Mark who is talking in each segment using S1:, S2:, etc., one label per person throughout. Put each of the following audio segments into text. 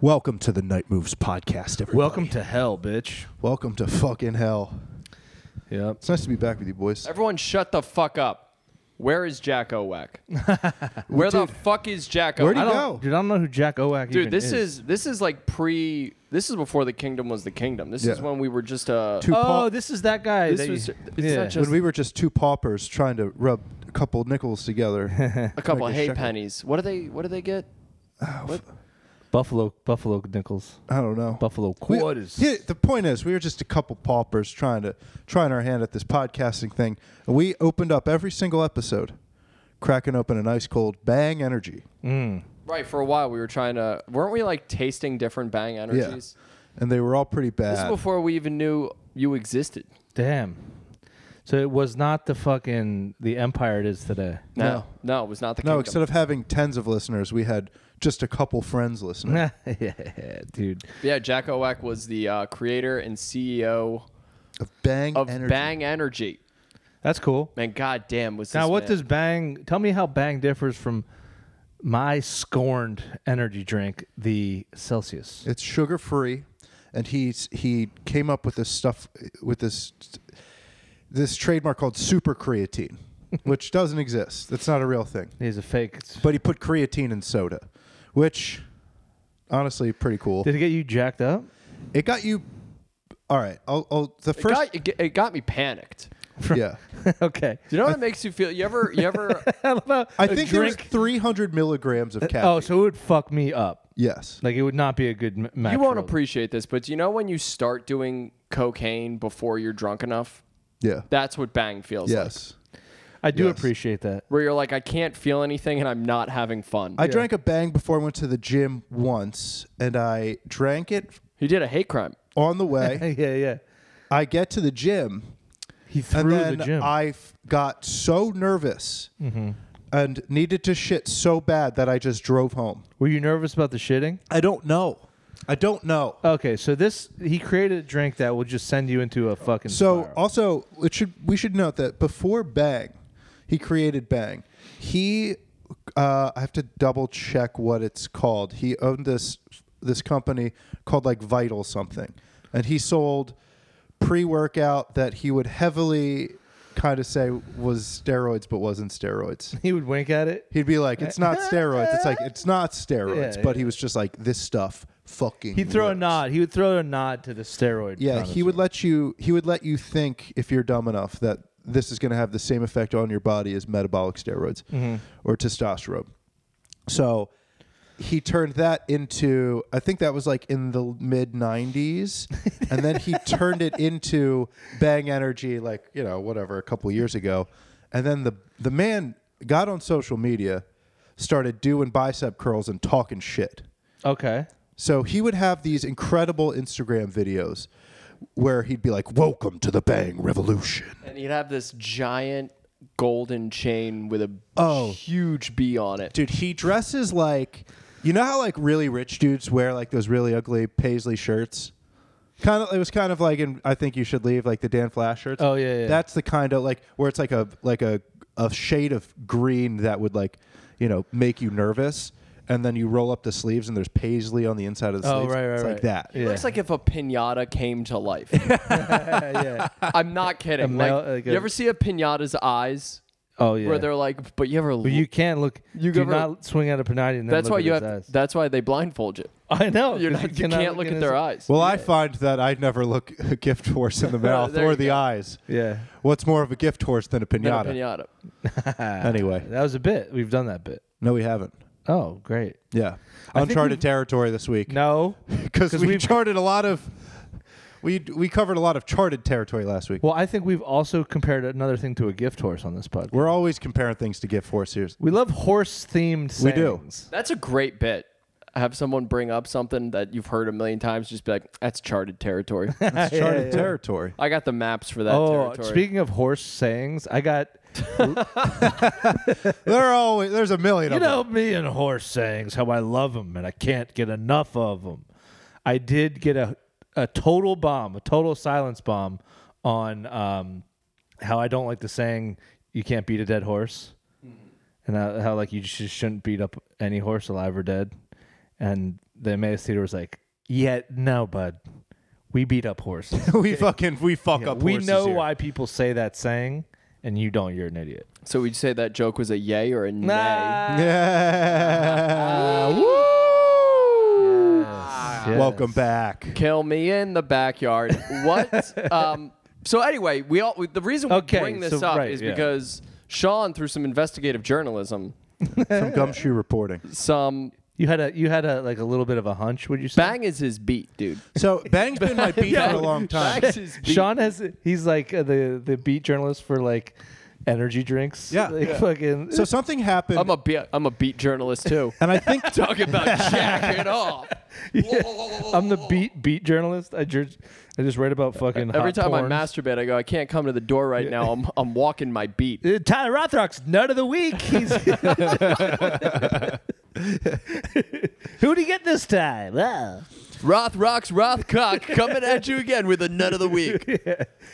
S1: Welcome to the Night Moves podcast, everybody.
S2: Welcome to hell, bitch.
S1: welcome to fucking hell.
S2: Yep.
S1: It's nice to be back with you, boys.
S3: Everyone, shut the fuck up. Where is Jack Oweck? Where the fuck is Jack Oweck?
S1: Where'd he
S3: I don't-
S1: go?
S2: Oh. Dude, I don't know who Jack Owak
S3: Dude,
S2: even
S3: this is. this is like pre. This is before the kingdom was the kingdom. This is
S1: Yeah.
S3: when we were just uh,
S1: Two-
S2: Oh,
S1: Paul-
S2: this is that guy.
S3: This
S2: that you-
S3: was- it's not
S2: yeah.
S3: just-
S1: when we were just two paupers trying to rub a couple nickels together.
S3: a couple
S1: Like a Oh,
S3: hay
S1: shekel.
S3: pennies. What do they? What do they get? What?
S2: Buffalo Buffalo nickels.
S1: I don't know.
S2: Buffalo
S1: We-
S2: quarters.
S1: yeah, the point is, we were just a couple paupers trying to trying our hand at this podcasting thing. And we opened up every single episode, cracking open an ice cold Bang Energy.
S3: Oh, Right. For a while, we were trying to. Weren't we like tasting different Bang energies?
S1: and they were all pretty bad.
S3: This is before we even knew you existed.
S2: Damn. So it was not the fucking the empire it is today.
S3: No, no, it was not the
S1: no,
S3: kingdom.
S1: instead of having tens of listeners, we had just a couple friends listening.
S2: yeah, dude.
S3: yeah, Jack Oweck was the uh, creator and CEO
S1: of Bang
S3: Mm-hmm. of
S1: Energy.
S3: Bang Energy.
S2: That's cool.
S3: Man, goddamn, was
S2: Now,
S3: this
S2: what
S3: man-
S2: does Bang? Tell me how Bang differs from my scorned energy drink, the Celsius.
S1: It's sugar free, and he's he came up with this stuff with this this trademark called super creatine, which doesn't exist. That's not a real thing.
S2: He's a fake. It's-
S1: But he put creatine in soda, which honestly pretty cool.
S2: Did it get you jacked up?
S1: It got you. All right, I'll, I'll the
S3: It
S1: first.
S3: got- it got- it got me panicked.
S1: yeah,
S2: okay.
S3: Do you know what it makes you feel? You ever, you ever?
S2: I love how
S1: I
S2: a
S1: think there's
S2: drink.
S1: 300 milligrams of caffeine.
S2: Oh, so it would fuck me up.
S1: yes.
S2: Like it would not be a good m- match.
S3: you won't
S2: for it.
S3: appreciate this, but do you know when you start doing cocaine before you're drunk enough?
S1: Yeah.
S3: That's what bang feels like.
S1: Yes.
S2: I do
S1: Yes.
S2: appreciate that.
S3: Where you're like, I can't feel anything, and I'm not having fun.
S1: I drank a bang before I went to the gym once, and I drank it
S3: he did a hate crime.
S1: on the way.
S2: Hey, yeah, yeah.
S1: I get to the gym,
S2: He
S1: and
S2: threw the
S1: then
S2: gym.
S1: I f- got so nervous and needed to shit so bad that I just drove home.
S2: Were you nervous about the shitting?
S1: I don't know. I don't know.
S2: Okay, so this he created a drink that will just send you into a fucking.
S1: So uh,
S2: spiral.
S1: also, it should we should note that before Bang, he created Bang. He, uh, I have to double check what it's called. He owned this this company called like Vital something, and he sold pre workout that he would heavily kind of say was steroids, but wasn't steroids.
S2: he would wink at it.
S1: He'd be like, "It's not steroids." It's like it's not steroids,
S2: Yeah,
S1: but
S2: yeah.
S1: he was just like, "This stuff fucking."
S2: He'd throw a
S1: works."
S2: nod. He would throw a nod to the steroid.
S1: Yeah, he would let you. He would let you think if you're dumb enough that this is going to have the same effect on your body as metabolic steroids or testosterone. So he turned that into. I think that was like in the mid '90s, and then he turned it into Bang Energy, like you know, whatever, a couple years ago, and then the the man got on social media, started doing bicep curls and talking shit.
S2: Okay.
S1: So he would have these incredible Instagram videos where he'd be like, "Welcome to the Bang Revolution."
S3: And he'd have this giant golden chain with a
S1: Oh.
S3: huge B on it.
S1: Dude, he dresses like you know how like really rich dudes wear like those really ugly paisley shirts? Kind of it was kind of like in I think you should leave like the Dan Flash shirts.
S2: Oh, yeah, yeah.
S1: That's the kind of like where it's like a like a a shade of green that would like, you know, make you nervous. And then you roll up the sleeves, and there's paisley on the inside of the
S2: Oh,
S1: sleeves.
S2: right, right,
S1: it's like
S2: right.
S1: that.
S2: Yeah.
S3: Looks like if a pinata came to life.
S2: yeah.
S3: I'm not kidding.
S2: male-
S3: like,
S2: like a-
S3: you ever see a pinata's eyes
S2: Oh yeah.
S3: where they're like, but you ever?
S2: But you can't look. You do
S3: ever-
S2: not swing at a panati. And then
S3: that's
S2: look
S3: why
S2: at
S3: you
S2: his
S3: have.
S2: eyes.
S3: That's why they blindfold you.
S2: I know.
S3: You're
S2: 'cause
S3: not, you
S2: cannot
S3: can't Oh, look at
S2: in
S3: their
S2: his-
S3: eyes.
S1: Well, I find that I never look a gift horse in the mouth
S3: There
S1: or
S3: you
S1: the
S3: go.
S1: eyes.
S2: Yeah.
S1: What's more of a gift horse than a
S3: Than a
S1: pinata?
S3: pinata.
S1: Anyway,
S2: That was a bit. We've done that bit.
S1: no, we haven't.
S2: Oh, great.
S1: Yeah,
S2: I think
S1: uncharted
S2: we've-
S1: territory this week
S2: No.
S1: because
S2: 'cause
S1: we
S2: we've-
S1: charted a lot of we we covered a lot of charted territory last week.
S2: Well, I think we've also compared another thing to a gift horse on this podcast.
S1: We're always comparing things to gift horses.
S2: We love horse themed
S1: We do.
S2: sayings.
S3: That's a great bit. Have someone bring up something that you've heard a million times, just be like, that's charted territory.
S1: It's charted territory.
S3: I got the maps for that
S2: Oh,
S3: territory.
S2: speaking of horse sayings, I got
S1: There are always there's a million
S2: you
S1: of
S2: know me and horse sayings, how I love them and I can't get enough of them. I did get a a total bomb, a total silence bomb on um, how I don't like the saying you can't beat a dead horse,
S1: Mm-hmm.
S2: and how, how like you just shouldn't beat up any horse alive or dead, and the Emmaus Theater was like, yeah, no, bud, we beat up horses.
S1: we fucking we fuck up.
S2: we
S1: horses
S2: know
S1: here.
S2: why people say that saying, and you don't. You're an idiot.
S3: So would you say that joke was a yay or a nay? Ah,
S1: Yeah. Woo! Ah. Welcome back.
S3: Kill me in the backyard. What? um, so anyway, we all the reason we
S2: Okay,
S3: bring this
S2: so-
S3: up
S2: right,
S3: is
S2: yeah.
S3: because Sean, through some investigative journalism,
S1: Some gumshoe reporting.
S3: some
S2: You had a you had a like a little bit of a hunch. Would you say?
S3: bang is his beat, dude.
S1: So Bang's been my beat for a long time.
S3: Bang's his beat.
S2: Sean has he's like uh, the the beat journalist for like energy drinks.
S1: Yeah.
S2: like
S1: Yeah.
S2: fucking.
S1: So something happened,
S3: I'm a beat. I'm a beat journalist too.
S1: and I think
S3: Talk about jack it off.
S2: I'm the beat beat journalist. I just I just write about fucking.
S3: Every
S2: hot
S3: time
S2: porns.
S3: I masturbate, I go, I can't come to the door right now. I'm I'm walking my beat.
S2: Uh, Tyler Rothrock's nut of the week. He's Who'd he get this time? Ah.
S3: Roth rocks Rothcock coming at you again with a nut of the week.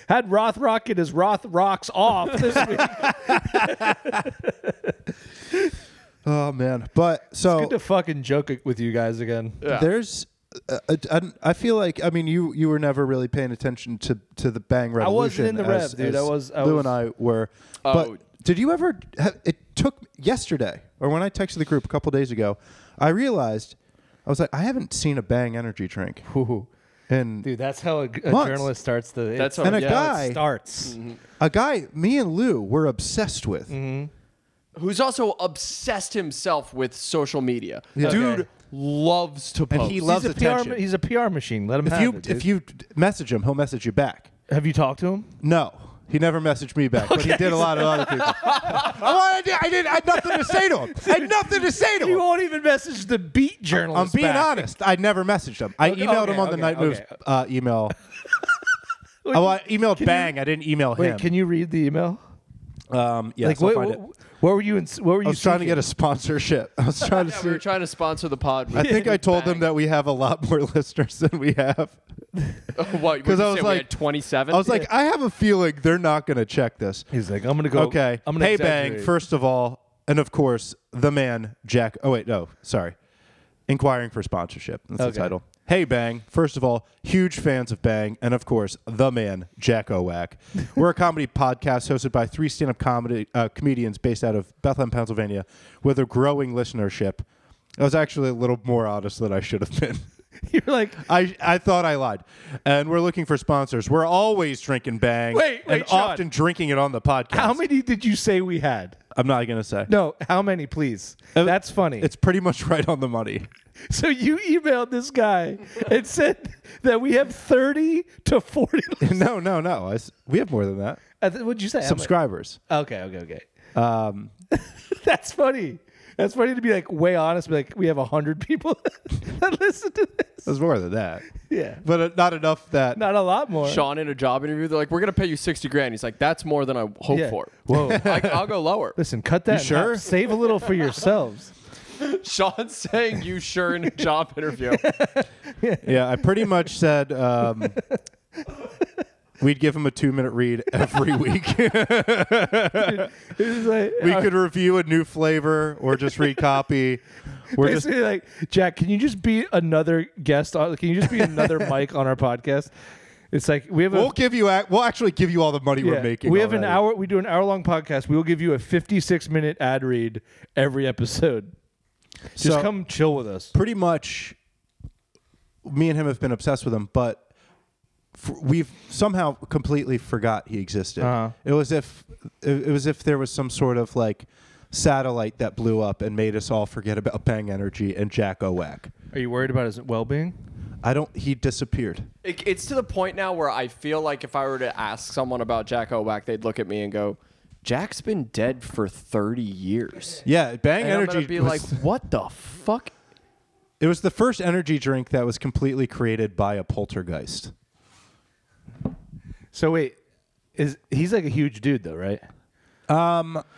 S2: Had Rothrock get his Roth rocks off this week.
S1: Oh man, but so
S2: Good to fucking joke it with you guys again.
S3: Yeah.
S1: there's. Uh, uh, I, I feel like I mean you you were never really paying attention to to the Bang
S2: I
S1: Revolution.
S2: wasn't in the
S1: as-
S2: rev, dude.
S1: as
S2: I was- I
S1: Lou
S2: was-
S1: and I were.
S3: Oh.
S1: But did you ever? Have, it took yesterday, or when I texted the group a couple days ago, I realized I was like, I haven't seen a Bang energy drink, and
S2: Dude, that's how a, a
S1: Months.
S2: journalist starts the. it's-
S3: That's
S1: and a
S3: yeah,
S2: it
S1: guy,
S2: starts.
S1: a guy, me and Lou were obsessed with.
S2: Mm-hmm.
S3: who's also obsessed himself with social media.
S1: Yeah.
S3: Dude
S2: Okay.
S3: loves to post.
S1: And he loves
S2: Oh. he's a
S1: attention.
S2: PR. ma- He's a PR machine. Let him
S1: if
S2: have
S1: you
S2: it. dude.
S1: if you message him, he'll message you back.
S2: have you talked to him?
S1: No, he never messaged me back, but he did a lot of other people. I, did, I didn't. I had nothing to say to him. I had nothing to say to
S2: You
S1: him.
S2: won't even message the beat
S1: I'm
S2: journalist.
S1: being
S2: back.
S1: honest. I never messaged him. I
S2: Okay,
S1: emailed
S2: okay,
S1: him on the
S2: okay,
S1: Night Moves
S2: okay.
S1: uh, email. oh, I emailed Bang. I didn't email
S2: Wait,
S1: him.
S2: can you read the email?
S1: um, yes,
S2: like,
S1: I'll
S2: what,
S1: find it.
S2: what, what were you? In, what were you?
S1: I was trying to
S2: seeking?
S1: get a sponsorship. I was trying
S3: yeah, we
S1: to
S3: were
S1: see.
S3: trying to sponsor the pod.
S1: I think I told them that we have a lot more listeners than we have.
S3: what? Because I was like
S1: I
S3: twenty-seven.
S1: was like, I have a feeling they're not going to check this.
S2: He's like, I'm gonna go.
S1: okay.
S2: I'm gonna
S1: hey, Bang,
S2: exaggerate.
S1: first of all, and of course, the man, Jack. Oh, wait, no, sorry. Inquiring for sponsorship. That's
S2: Okay.
S1: the title. Hey, Bang, first of all, huge fans of Bang, and of course, the man, Jack Owack. We're a comedy podcast hosted by three stand up comedy uh, comedians based out of Bethlehem, Pennsylvania, with a growing listenership. I was actually a little more honest than I should have been.
S2: You're like,
S1: I, I thought I lied. And we're looking for sponsors. We're always drinking bang
S2: Wait, wait,
S1: and
S2: Sean.
S1: often drinking it on the podcast.
S2: how many did you say we had?
S1: I'm not going to say.
S2: No, how many, please? That's funny.
S1: It's pretty much right on the money.
S2: so you emailed this guy and said that we have 30 to 40.
S1: no, no, no. I s we have more than that.
S2: I th- What'd you say? I'm like-
S1: Subscribers.
S2: Okay, okay, okay.
S1: Um,
S2: That's funny. That's funny to be like way honest. Be like, we have 100 people that listen to this.
S1: there's more than that.
S2: Yeah.
S1: But uh, not enough that.
S2: Not a lot more.
S3: Sean in a job interview. They're like, we're gonna pay you sixty grand. He's like, that's more than I hope
S2: Yeah.
S3: for.
S2: Whoa.
S3: I, I'll go lower.
S2: Listen, cut that.
S1: You
S2: in half.
S1: sure?
S2: Save a little for yourselves.
S3: Sean's saying you sure in a job interview.
S1: Yeah, I pretty much said um, we'd give him a two minute read every week.
S2: It was like, uh,
S1: we could review a new flavor or just recopy. We're just
S2: basically like, Jack, can you just be another guest? On, can you just be another mic on our podcast? It's like we have a
S1: We'll give you. ac- We'll actually give you all the money
S2: yeah,
S1: we're making.
S2: we have an
S1: already.
S2: hour. We do an hour long podcast. We will give you a fifty six minute ad read every episode. Just
S1: So-
S2: come chill with us.
S1: Pretty much, me and him have been obsessed with him, but f- we've somehow completely forgot he existed.
S2: Uh-huh.
S1: It was if it, it was if there was some sort of like satellite that blew up and made us all forget about Bang Energy and Jack Owack.
S2: Are you worried about his well being?
S1: I don't. He disappeared.
S3: It, it's to the point now where I feel like if I were to ask someone about Jack Owack, they'd look at me and go, Jack's been dead for thirty years.
S1: Yeah, Bang
S3: And I'm
S1: Energy.
S3: gonna be
S1: was-
S3: like, what the fuck?
S1: it was the first energy drink that was completely created by a poltergeist.
S2: So wait, is he's like a huge dude though, right?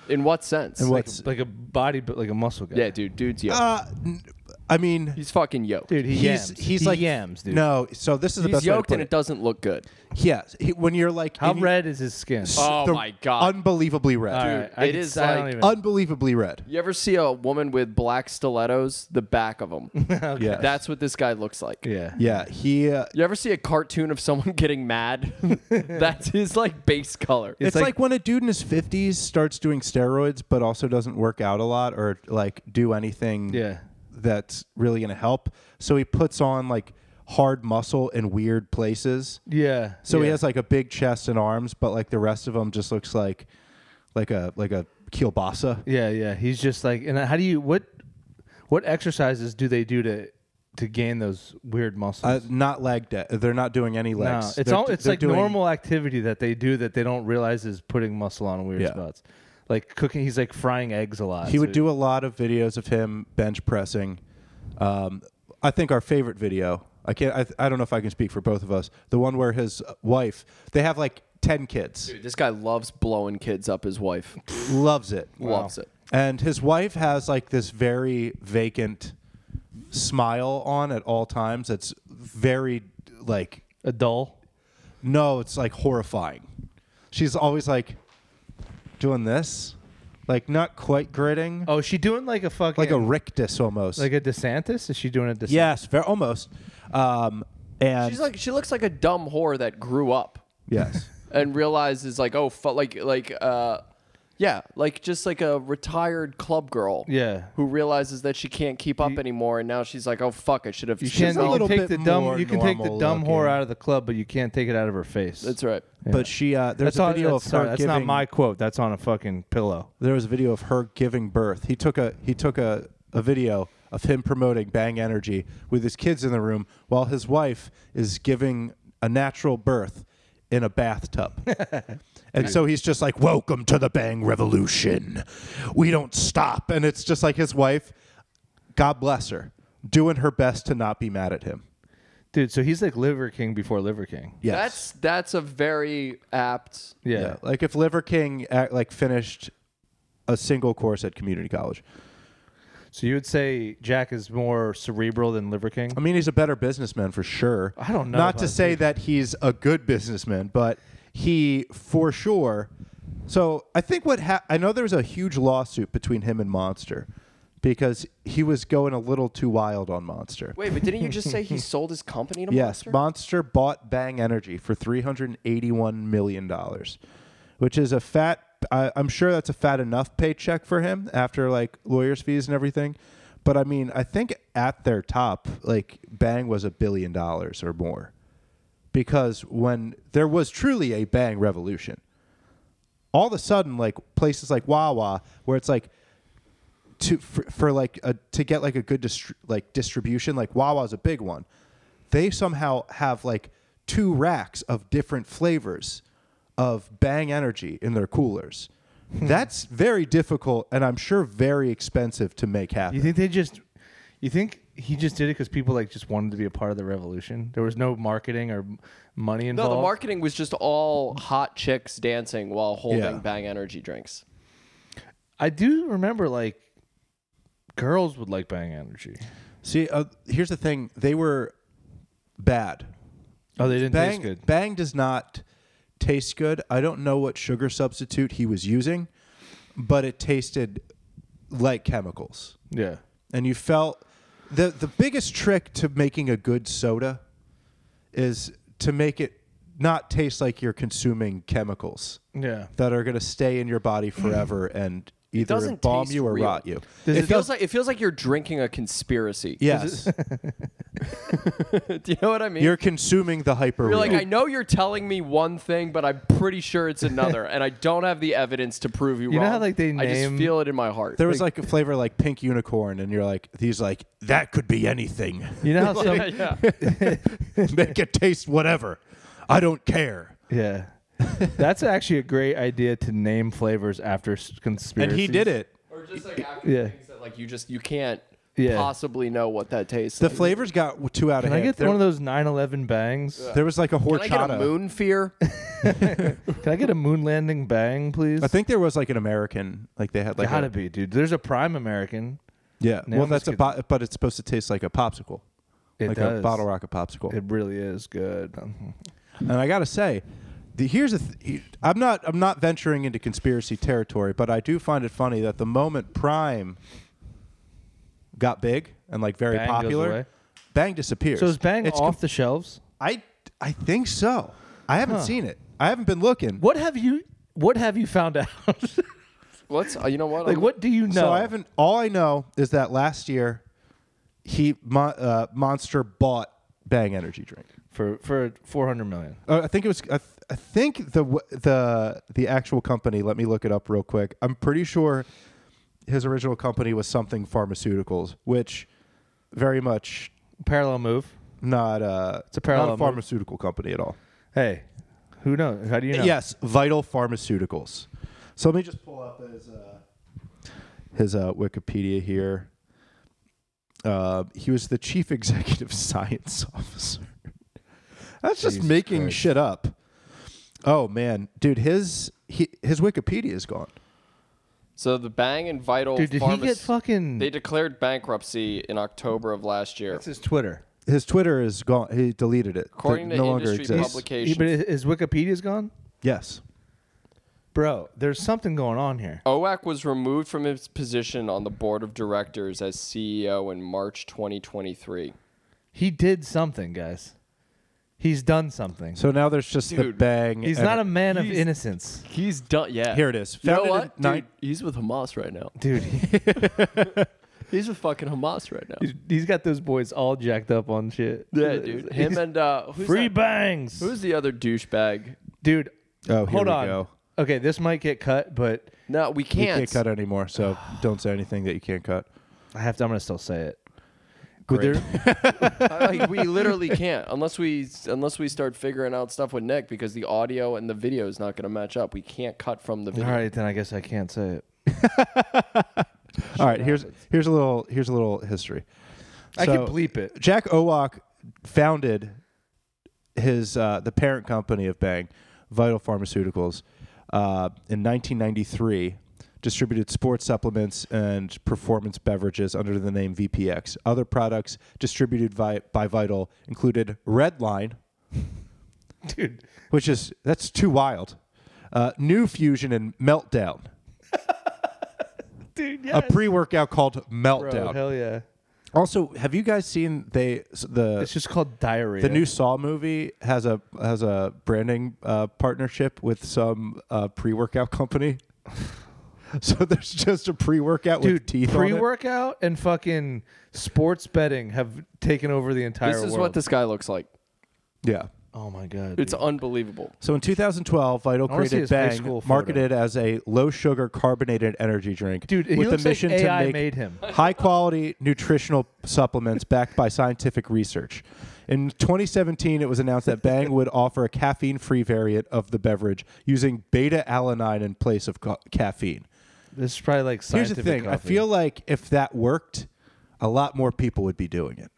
S3: In what sense?
S1: What's
S2: like a body, but like a muscle guy.
S3: yeah, dude, dude's yeah.
S1: Uh, n- I mean,
S3: He's fucking yoked.
S2: dude. He
S1: he's
S2: yams.
S1: he's
S2: he
S1: like
S2: yams, dude.
S1: No, so this is the
S3: He's
S1: best way to
S3: yoked
S1: put
S3: and it
S1: it.
S3: doesn't look good.
S1: Yeah, he- when you're like
S2: How
S1: and you-
S2: red is his skin?
S3: Oh
S1: the-
S3: my God.
S1: unbelievably red,
S2: All right, I
S3: it
S2: can-
S3: is
S2: I don't
S3: like-
S2: even-
S1: unbelievably red.
S3: You ever see a woman with black stilettos? The back of them.
S1: Yeah,
S3: That's what this guy looks like.
S2: yeah.
S1: yeah. He uh,
S3: You ever see a cartoon of someone getting mad? That's his like base color.
S1: It's,
S2: It's
S1: like,
S2: like-
S1: when a dude in his 50s starts doing steroids, but also doesn't work out a lot or like do anything
S2: Yeah.
S1: that's really going to help. So he puts on like hard muscle in weird places.
S2: Yeah.
S1: So he
S2: yeah.
S1: has like a big chest and arms, but like the rest of him just looks like like a like a kielbasa.
S2: Yeah, yeah. He's just like, and how do you what what exercises do they do to to gain those weird muscles?
S1: Uh, not leg day. They're not doing any
S2: no,
S1: legs.
S2: it's
S1: They're-
S2: all it's
S1: they're
S2: like
S1: doing-
S2: normal activity that they do that they don't realize is putting muscle on weird
S1: Yeah.
S2: spots. Like cooking, he's like frying eggs a lot.
S1: He
S2: so
S1: would do a lot of videos of him bench pressing. Um, I think our favorite video. I can't. I, I don't know if I can speak for both of us. The one where his wife. They have like ten kids.
S3: Dude, this guy loves blowing kids up his wife.
S1: Loves it.
S3: Loves it.
S1: And his wife has like this very vacant smile on at all times. That's very like
S2: a dull.
S1: no. It's like horrifying. She's always like doing this, like not quite gritting,
S2: Oh, is she doing like a fucking
S1: like a rictus almost.
S2: like a DeSantis? Is she doing a DeSantis?
S1: Yes, very almost. Um, and
S3: She's like she looks like a dumb whore that grew up
S1: yes,
S3: and realizes like oh fu- like like uh yeah like just like a retired club girl
S2: Yeah.
S3: who realizes that she can't keep up anymore and now she's like oh fuck I should have
S2: You
S1: She's
S2: can,
S1: a
S2: you
S1: little
S2: can take
S1: bit
S2: the dumb
S1: more
S2: you can take the
S1: normal
S2: dumb whore
S1: looking.
S2: out of the club, but you can't take it out of her face.
S3: that's right
S1: but she uh, there's
S2: That's
S1: a
S2: all-
S1: video
S2: that's-
S1: of her
S2: sorry, that's
S1: giving.
S2: not my quote. That's on a fucking pillow.
S1: There was a video of her giving birth. He took a he took a, a video of him promoting Bang Energy with his kids in the room while his wife is giving a natural birth in a bathtub. and so he's just like, "Welcome to the Bang Revolution. We don't stop." And it's just like his wife, God bless her, doing her best to not be mad at him.
S2: Dude, so he's like Liver King before Liver King.
S1: Yes.
S3: that's that's a very apt
S2: Yeah.
S1: Yeah. Like if Liver King uh, like finished a single course at community college.
S2: So you would say Jack is more cerebral than Liver King?
S1: I mean, he's a better businessman for sure.
S2: I don't know
S1: Not
S2: about
S1: to say that he's a good businessman, but he for sure. So I think what ha- I know there was a huge lawsuit between him and Monster because he was going a little too wild on Monster.
S3: wait but didn't you just say he sold his company to
S1: Yes,
S3: Monster?
S1: Monster bought Bang Energy for three hundred eighty-one million dollars, which is a fat. I, I'm sure that's a fat enough paycheck for him after like lawyers' fees and everything. But I mean, I think at their top, like Bang was a billion dollars or more, because when there was truly a Bang revolution, all of a sudden, like places like Wawa, where it's like to for, for like a, to get like a good distri- like distribution like Wawa's a big one. They somehow have like two racks of different flavors of Bang Energy in their coolers.
S2: Hmm.
S1: That's very difficult and I'm sure very expensive to make happen.
S2: You think they just you think he just did it because people like just wanted to be a part of the revolution? There was no marketing or m- money
S3: no
S2: involved.
S3: the marketing was just all hot chicks dancing while holding
S1: Yeah.
S3: Bang Energy drinks
S2: I do remember like girls would like Bang Energy.
S1: See, uh, here's the thing, they were bad.
S2: Oh, they didn't
S1: Bang
S2: taste good.
S1: Bang does not taste good. I don't know what sugar substitute he was using, but it tasted like chemicals.
S2: yeah.
S1: and you felt the the biggest trick to making a good soda is to make it not taste like you're consuming chemicals
S2: Yeah.
S1: that are going to stay in your body forever and either
S3: doesn't
S1: embalm
S3: taste
S1: you or
S3: real.
S1: rot you.
S2: Does
S3: it,
S2: it
S3: feels
S2: does-
S3: like it feels like you're drinking a conspiracy
S1: Yes,
S3: do you know what I mean
S1: you're consuming the hyper.
S3: You're like, I know you're telling me one thing, but I'm pretty sure it's another, and I don't have the evidence to prove you,
S2: You
S3: wrong.
S2: know how, like, they
S3: I just
S2: name-
S3: feel it in my heart.
S1: there was like a flavor like pink unicorn, and you're like, these like that could be anything.
S2: You know how some
S3: yeah, yeah.
S1: Make it taste whatever. I don't care.
S2: Yeah. That's actually a great idea to name flavors after s- conspiracies.
S1: And he did it.
S3: or just like after
S2: Yeah.
S3: things that like you just you can't
S2: Yeah.
S3: possibly know what that tastes
S1: The
S3: like.
S1: flavors got too out of
S2: Can I
S1: hand.
S2: get
S1: there,
S2: one of those 9/11 bangs?
S1: there was like a
S3: Can I
S1: horchata.
S3: get a moon fear?
S2: Can I get a moon landing bang, please?
S1: I think there was like an American, like they had like
S2: Gotta
S1: a-
S2: be, dude. There's a prime American.
S1: Yeah.
S2: Now
S1: well,
S2: if
S1: that's
S2: it's
S1: a po- but it's supposed to taste like a popsicle,
S2: It
S1: like a
S2: does.
S1: bottle rocket popsicle.
S2: It really is good. Um, hmm.
S1: and I gotta say, the, here's a th- I'm not I'm not venturing into conspiracy territory, but I do find it funny that the moment Prime got big and like very
S2: Bang goes away.
S1: popular, Bang disappears.
S2: So is Bang
S1: It's
S2: off the shelves?
S1: I I think so. I haven't seen it. I haven't been looking.
S2: What have you What have you found out?
S3: Let's. Uh, you know what?
S2: like,
S3: I'm-
S2: what do you know?
S1: So I haven't. All I know is that last year, he Mon- uh, Monster bought Bang Energy drink.
S2: for for four hundred million.
S1: Uh, I think it was. I, th- I think the w- the the actual company. Let me look it up real quick. I'm pretty sure his original company was something pharmaceuticals, which very much
S2: Parallel move.
S1: not uh
S2: It's a parallel
S1: not a
S2: move.
S1: pharmaceutical company at all.
S2: Hey, who knows? How do you know?
S1: Yes, Vital Pharmaceuticals. So let me just pull up his uh, his uh, Wikipedia here. Uh, he was the chief executive science officer. That's just
S2: Jesus
S1: making
S2: Christ.
S1: shit up. Oh man, dude, his he, his Wikipedia is gone.
S3: So the Bang and Vital.
S2: Dude, did
S3: Pharma-
S2: he get fucking?
S3: They declared bankruptcy in October of last year.
S2: That's his Twitter.
S1: His Twitter is gone. He deleted it.
S3: According
S1: it
S3: to
S1: no longer
S3: industry
S1: exists.
S2: He,
S3: publications,
S2: but his his Wikipedia's gone,
S1: yes.
S2: bro. There's something going on here.
S3: OAC was removed from his position on the board of directors as CEO in March 2023.
S2: He did something, guys. He's done something.
S1: So now there's just the
S3: Dude,
S1: bang.
S2: He's
S1: and-
S2: not a man of
S3: he's-
S2: innocence,
S3: He's done. Yeah.
S1: Here it is.
S3: You know
S1: Founded in
S3: what? Dude,
S1: nine-
S3: he's with Hamas right now.
S2: dude. he-
S3: He's with fucking Hamas right now.
S2: He's, he's got those boys all jacked up on shit.
S3: yeah, dude. Him and uh, who's
S2: Free
S3: that-
S2: bangs,
S3: who's the other douchebag?
S2: dude.
S1: Oh, here
S2: hold
S1: we
S2: on.
S1: go.
S2: Okay, this might get cut, but
S3: No, we
S1: You
S3: can't.
S1: can't cut anymore. So don't say anything that you can't cut.
S2: I have to. I'm gonna still say it. Would
S1: Great.
S2: there-
S3: like, we literally can't unless we unless we start figuring out stuff with Nick because the audio and the video is not going to match up. We can't cut from the video.
S2: all right, then I guess I can't say it.
S1: All right, here's here's a little here's a little history.
S2: I
S1: So,
S2: can bleep it.
S1: Jack Owak founded his uh, the parent company of Bang, Vital Pharmaceuticals, uh, in 1993. Distributed sports supplements and performance beverages under the name VPX. Other products distributed by, by Vital included Redline,
S2: Dude,
S1: which is that's too wild. Uh, New Fusion and Meltdown,
S2: dude,
S1: a
S2: yeah.
S1: pre-workout called Meltdown.
S2: hell yeah.
S1: Also, have you guys seen they s- the
S2: It's just called diarrhea.
S1: Uh, the new Saw movie has a has a branding uh, partnership with some uh, pre workout company? so there's just a pre workout with
S2: dude
S1: teeth on it.
S2: pre-workout and fucking sports betting have taken over the entire
S3: This is
S2: world.
S3: what this guy looks like.
S1: Yeah.
S2: Oh my god.
S3: It's
S2: dude.
S3: unbelievable.
S1: So in 2012, Vital
S2: I wanna see
S1: created
S2: his high
S1: Bang,
S2: school photo.
S1: marketed as a low sugar carbonated energy drink,
S2: Dude, he
S1: with the
S2: looks like
S1: mission
S2: AI
S1: to make
S2: made him.
S1: high quality nutritional supplements backed by scientific research. In 2017, it was announced that Bang would offer a caffeine free variant of the beverage using beta alanine in place of co- caffeine.
S2: this is probably like
S1: Here's
S2: scientific
S1: the thing I
S2: coffee.
S1: feel like if that worked, a lot more people would be doing it.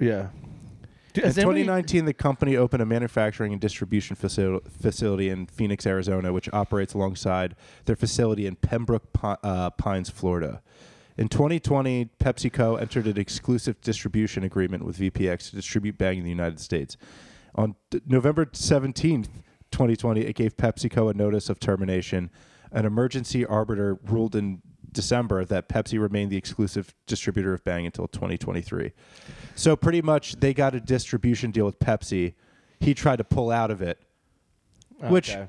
S2: Yeah. Dude,
S1: In
S2: has anybody-
S1: 2019, the company opened a manufacturing and distribution facil- facility in Phoenix, Arizona, which operates alongside their facility in Pembroke Pi- uh, Pines, Florida. In 2020, PepsiCo entered an exclusive distribution agreement with VPX to distribute Bang in the United States. On d- November 17th, 2020, it gave PepsiCo a notice of termination. An emergency arbiter ruled in December that Pepsi remained the exclusive distributor of Bang until 2023. So pretty much they got a distribution deal with Pepsi. He tried to pull out of it, which
S2: Okay.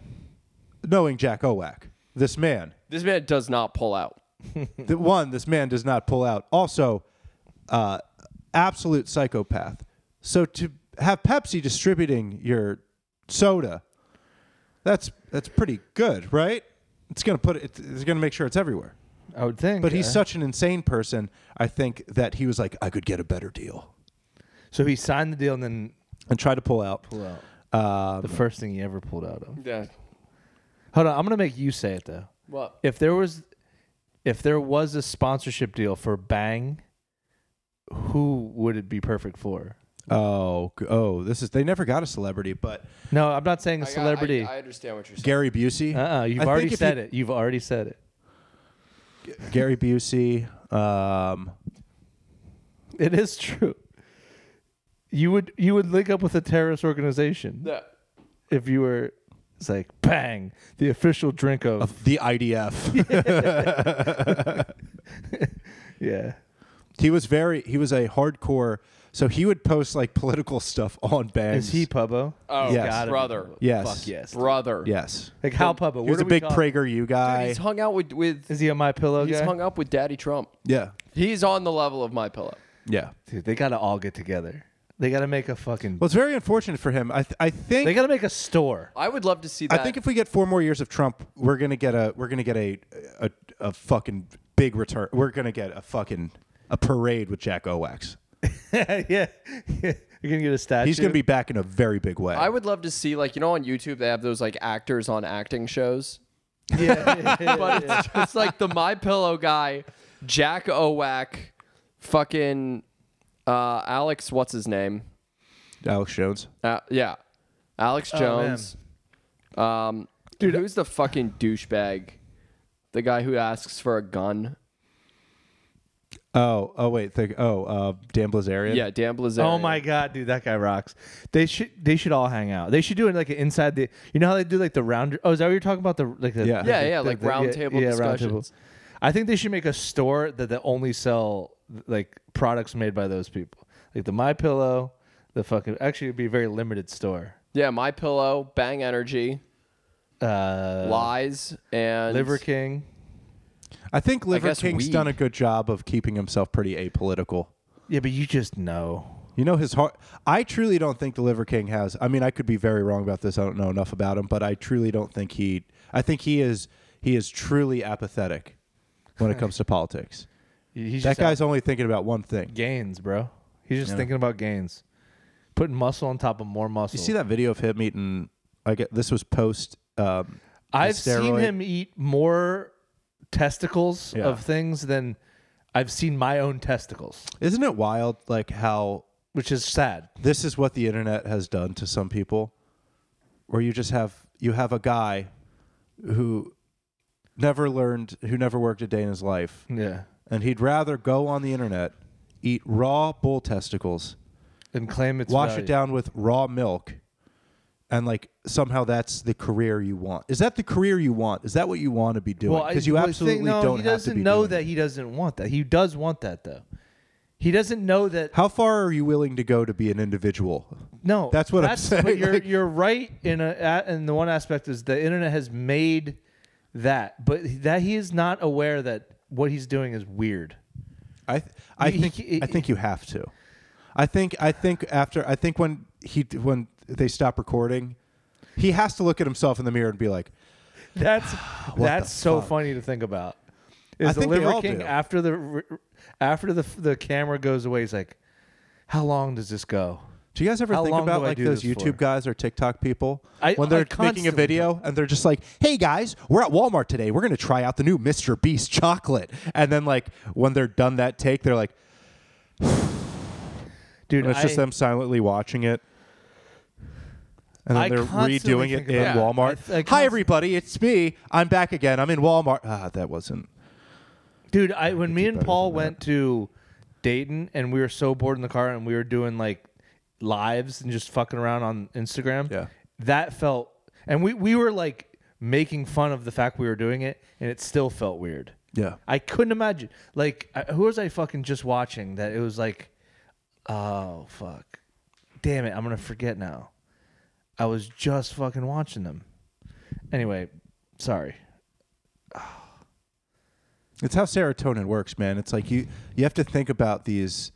S1: knowing Jack Owak, this man,
S3: This man does not pull out.
S1: the one, this man does not pull out. Also, uh, absolute psychopath. So to have Pepsi distributing your soda, that's that's pretty good, right? It's gonna put it. It's, it's gonna make sure it's everywhere.
S2: I would think.
S1: But he's
S2: uh,
S1: such an insane person. I think that he was like, I could get a better deal,
S2: so he signed the deal and then
S1: and tried to pull out.
S2: pulled out.
S1: Um,
S2: The first thing he ever pulled out of.
S3: Yeah.
S2: Hold on, I'm gonna make you say it though.
S3: What?
S2: If there was, if there was a sponsorship deal for Bang, who would it be perfect for?
S1: Oh, g- oh, this is they never got a celebrity, but
S2: No, I'm not saying a celebrity.
S3: I, understand what you're saying.
S1: Gary Busey.
S2: Uh-uh,
S1: I
S2: you've
S1: think
S2: already
S1: if
S2: said
S1: you-
S2: it. You've already said it.
S1: Gary Busey. Um,
S2: It is true. You would you would link up with a terrorist organization if you were. It's like bang, the official drink of,
S1: the IDF.
S2: yeah.
S1: he was very. He was a hardcore. So he would post like political stuff on bangs.
S2: Is he Pubbo?
S3: Oh,
S1: Yes.
S3: God,
S1: Gotta
S2: be
S3: brother.
S2: Pubbo.
S1: Yes.
S2: Fuck yes.
S3: Brother.
S1: Yes.
S2: Like how Pubbo?
S1: He was a
S2: What are we
S1: big
S2: talking-
S1: Prager U guy.
S3: He's hung out with, with
S2: Is he a my pillow
S3: he's
S2: guy?
S3: hung up with Daddy Trump.
S1: yeah.
S3: He's on the level of my pillow.
S1: Yeah.
S2: Dude, they gotta all get together. They gotta make a fucking.
S1: Well, it's very unfortunate for him. I th- I think
S2: they gotta make a store.
S3: I would love to see
S1: I
S3: that.
S1: think if we get four more years of Trump, we're gonna get a we're gonna get a a, a fucking big return. We're gonna get a fucking a parade with Jack Owax.
S2: yeah. yeah. You're gonna get a statue.
S1: He's gonna be back in a very big way.
S3: I would love to see like you know on YouTube they have those like actors on acting shows.
S2: Yeah.
S3: but it's just like the My Pillow guy, Jack Owack, fucking uh, Alex, what's his name?
S1: Alex Jones.
S3: Uh, yeah, Alex
S2: Oh, man.
S3: Jones. um, dude, who's the fucking douchebag? The guy who asks for a gun.
S1: Oh, oh wait, think, oh, uh, Dan Blazarian.
S3: Yeah, Dan Blazarian.
S2: Oh my god, dude, that guy rocks. They should they should all hang out. They should do it like an inside the. You know how they do like the round. Oh, is that what you're talking about? The like the
S1: Yeah.
S3: Yeah, yeah, like round table discussions.
S2: I think they should make a store that that only sell like products made by those people, like the My Pillow, the fucking. Actually, it'd be a very limited store.
S3: Yeah, My Pillow, Bang Energy,
S2: Uh,
S3: Lies, and
S2: Liver King.
S1: I think Liver
S3: guess
S1: King's
S3: weed.
S1: done a good job of keeping himself pretty apolitical.
S2: Yeah, but you just know.
S1: You know his heart. I truly don't think the Liver King has. I mean, I could be very wrong about this. I don't know enough about him, but I truly don't think he. I think he is. He is truly apathetic when it comes to politics.
S2: He's
S1: That
S2: just out
S1: guy's only thinking about one thing.
S2: gains, bro. He's just thinking about gains, putting muscle on top of more muscle.
S1: You see that video of him eating? I get this was post. Um,
S2: I've
S1: the steroid-
S2: seen him eat more testicles
S1: Yeah.
S2: of things than I've seen my own testicles,
S1: Isn't it wild? Like how
S2: which is sad.
S1: this is what the internet has done to some people, where you just have you have a guy who never learned, who never worked a day in his life,
S2: Yeah.
S1: and he'd rather go on the internet, eat raw bull testicles,
S2: And claim it's
S1: wash
S2: value.
S1: it down with raw milk, and like somehow that's the career you want. Is that the career you want? Is that what you want to be doing?
S2: Well, I-
S1: Because you
S2: well, I
S1: absolutely
S2: think- no,
S1: don't
S2: He
S1: have
S2: doesn't
S1: to be
S2: know
S1: doing
S2: that he doesn't want that. He does want that though. He doesn't know that.
S1: How far are you willing to go to be an individual?
S2: No,
S1: That's what I'm saying,
S2: But you're
S1: like-
S2: you're right in a at- in the one aspect is the internet has made that, but that he is not aware that what he's doing is weird.
S1: I th- I
S2: He-
S1: think
S2: he-
S1: I think you have to. I think I think after I think when he when they stop recording, he has to look at himself in the mirror and be like,
S2: That's
S1: the
S2: that's so
S1: fuck?
S2: funny to think about. Is
S1: I
S2: the
S1: think they
S2: Liver
S1: all
S2: King
S1: do.
S2: after the after the the camera goes away? He's like, "How long does this go?"
S1: Do you guys ever
S2: How
S1: think
S2: long
S1: about
S2: do I
S1: like
S2: do
S1: those
S2: this
S1: YouTube
S2: for?
S1: guys or TikTok people
S2: I-
S1: when
S2: I
S1: they're making a
S2: constantly
S1: video and they're just like, "Hey guys, we're at Walmart today. We're gonna try out the new Mr. Beast chocolate." And then like when they're done that take, they're like,
S2: Dude,
S1: and it's just
S2: I-
S1: them silently watching it. And then
S2: I
S1: they're
S2: constantly
S1: redoing it
S2: think
S1: in
S2: about that.
S1: Walmart.
S2: I- I
S1: Hi
S2: const-
S1: everybody, it's me. I'm back again. I'm in Walmart. Ah, that wasn't.
S2: Dude, I when me and
S1: better
S2: Paul
S1: than that.
S2: went to Dayton and we were so bored in the car and we were doing like lives and just fucking around on Instagram.
S1: Yeah.
S2: That felt and we we were like making fun of the fact we were doing it and it still felt weird.
S1: Yeah.
S2: I couldn't imagine. Like I, who was I fucking just watching that it was like oh fuck. Damn it, I'm going to forget now. I was just fucking watching them. Anyway, sorry.
S1: It's how serotonin works, man. It's like you you have to think about these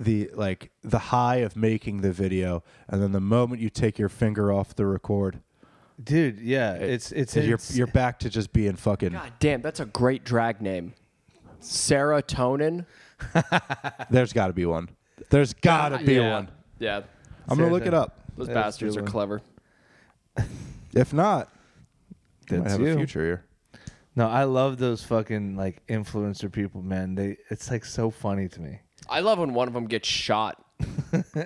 S1: the like the high of making the video and then the moment you take your finger off the record
S2: Dude, yeah, it's it's,
S1: you're
S2: it's
S1: you're back to just being fucking
S3: God damn, that's a great drag name. Serotonin.
S1: there's got to be one. There's got to be
S3: yeah.
S1: one.
S3: Yeah,
S1: I'm going to look it up.
S3: those
S2: That's
S3: bastards are
S2: really-
S3: clever.
S1: If not, you might
S2: That's
S1: have
S2: you.
S1: a future here.
S2: No, I love those fucking like influencer people, man. They it's like so funny to me.
S3: I love when one of them gets shot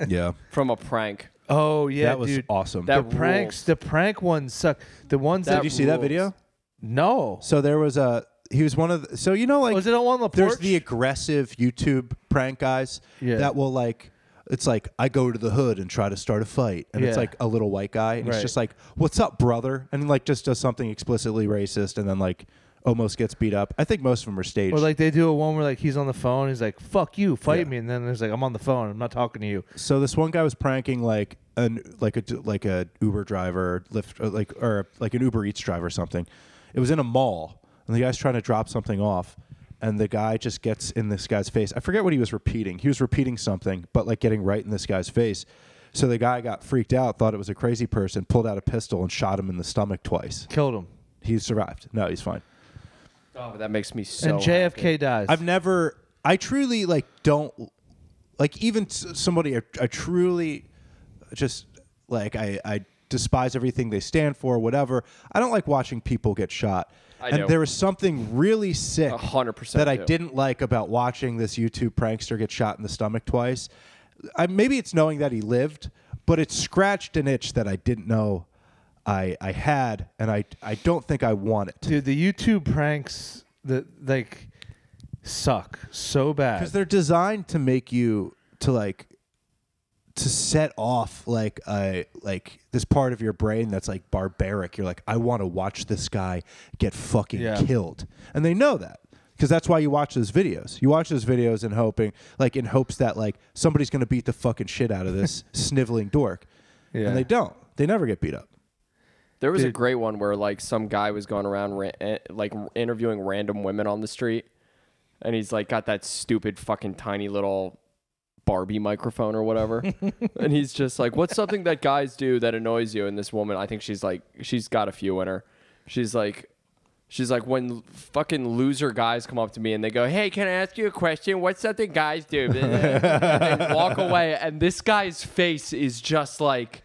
S1: yeah.
S3: from a prank.
S2: Oh yeah,
S1: that was
S2: dude.
S1: awesome.
S3: That
S2: The pranks,
S3: rules.
S2: the prank ones suck. The ones that,
S1: Did you see that video?
S2: no,
S1: So there was a he was one of the, so you know like
S2: Was it on one of the
S1: there's
S2: porch?
S1: the aggressive YouTube prank guys
S2: Yeah.
S1: that will like it's like I go to the hood and try to start a fight and it's
S2: Yeah.
S1: like a little white guy and
S2: Right.
S1: it's just like what's up brother and like just does something explicitly racist and then like almost gets beat up. I think most of them are staged.
S2: Or like they do a one where like he's on the phone, he's like, "Fuck you, fight
S1: Yeah.
S2: me," and then there's like, "I'm on the phone, I'm not talking to you."
S1: so this one guy was pranking like an like a like a Uber driver, Lyft, or like or like an Uber Eats driver or something. It was in a mall, and the guy's trying to drop something off, and the guy just gets in this guy's face. I forget what he was repeating. He was repeating something, but like getting right in this guy's face. So the guy got freaked out, thought it was a crazy person, pulled out a pistol and shot him in the stomach twice.
S2: Killed him,
S1: He survived. No, he's fine.
S3: Oh, that makes me so.
S2: and JFK
S3: happy.
S2: dies.
S1: I've never. I truly like don't like even s- somebody. I, I truly just like I, I despise everything they stand for. Whatever. I don't like watching people get shot.
S3: I
S1: and
S3: do.
S1: there was something really sick
S3: A hundred percent
S1: that I
S3: do.
S1: didn't like about watching this YouTube prankster get shot in the stomach twice. I, maybe it's knowing that he lived, but it scratched an itch that I didn't know I I had, and I I don't think I want it.
S2: Dude, the YouTube pranks that like suck so bad.
S1: because they're designed to make you to like to set off like a like this part of your brain that's like barbaric you're like i want to watch this guy get fucking
S2: Yeah.
S1: killed and they know that because that's why you watch those videos you watch those videos and hoping like in hopes that like somebody's gonna beat the fucking shit out of this sniveling dork
S2: Yeah.
S1: and they don't they never get beat up
S3: There was a great one where like some guy was going around ra- eh, like interviewing random women on the street, and he's like got that stupid fucking tiny little Barbie microphone or whatever, and he's just like, "What's something that guys do that annoys you?" And this woman, I think she's like, she's got a few in her. She's like, she's like, when fucking loser guys come up to me and they go, "Hey, can I ask you a question? What's something guys do?" and they walk away, and this guy's face is just like.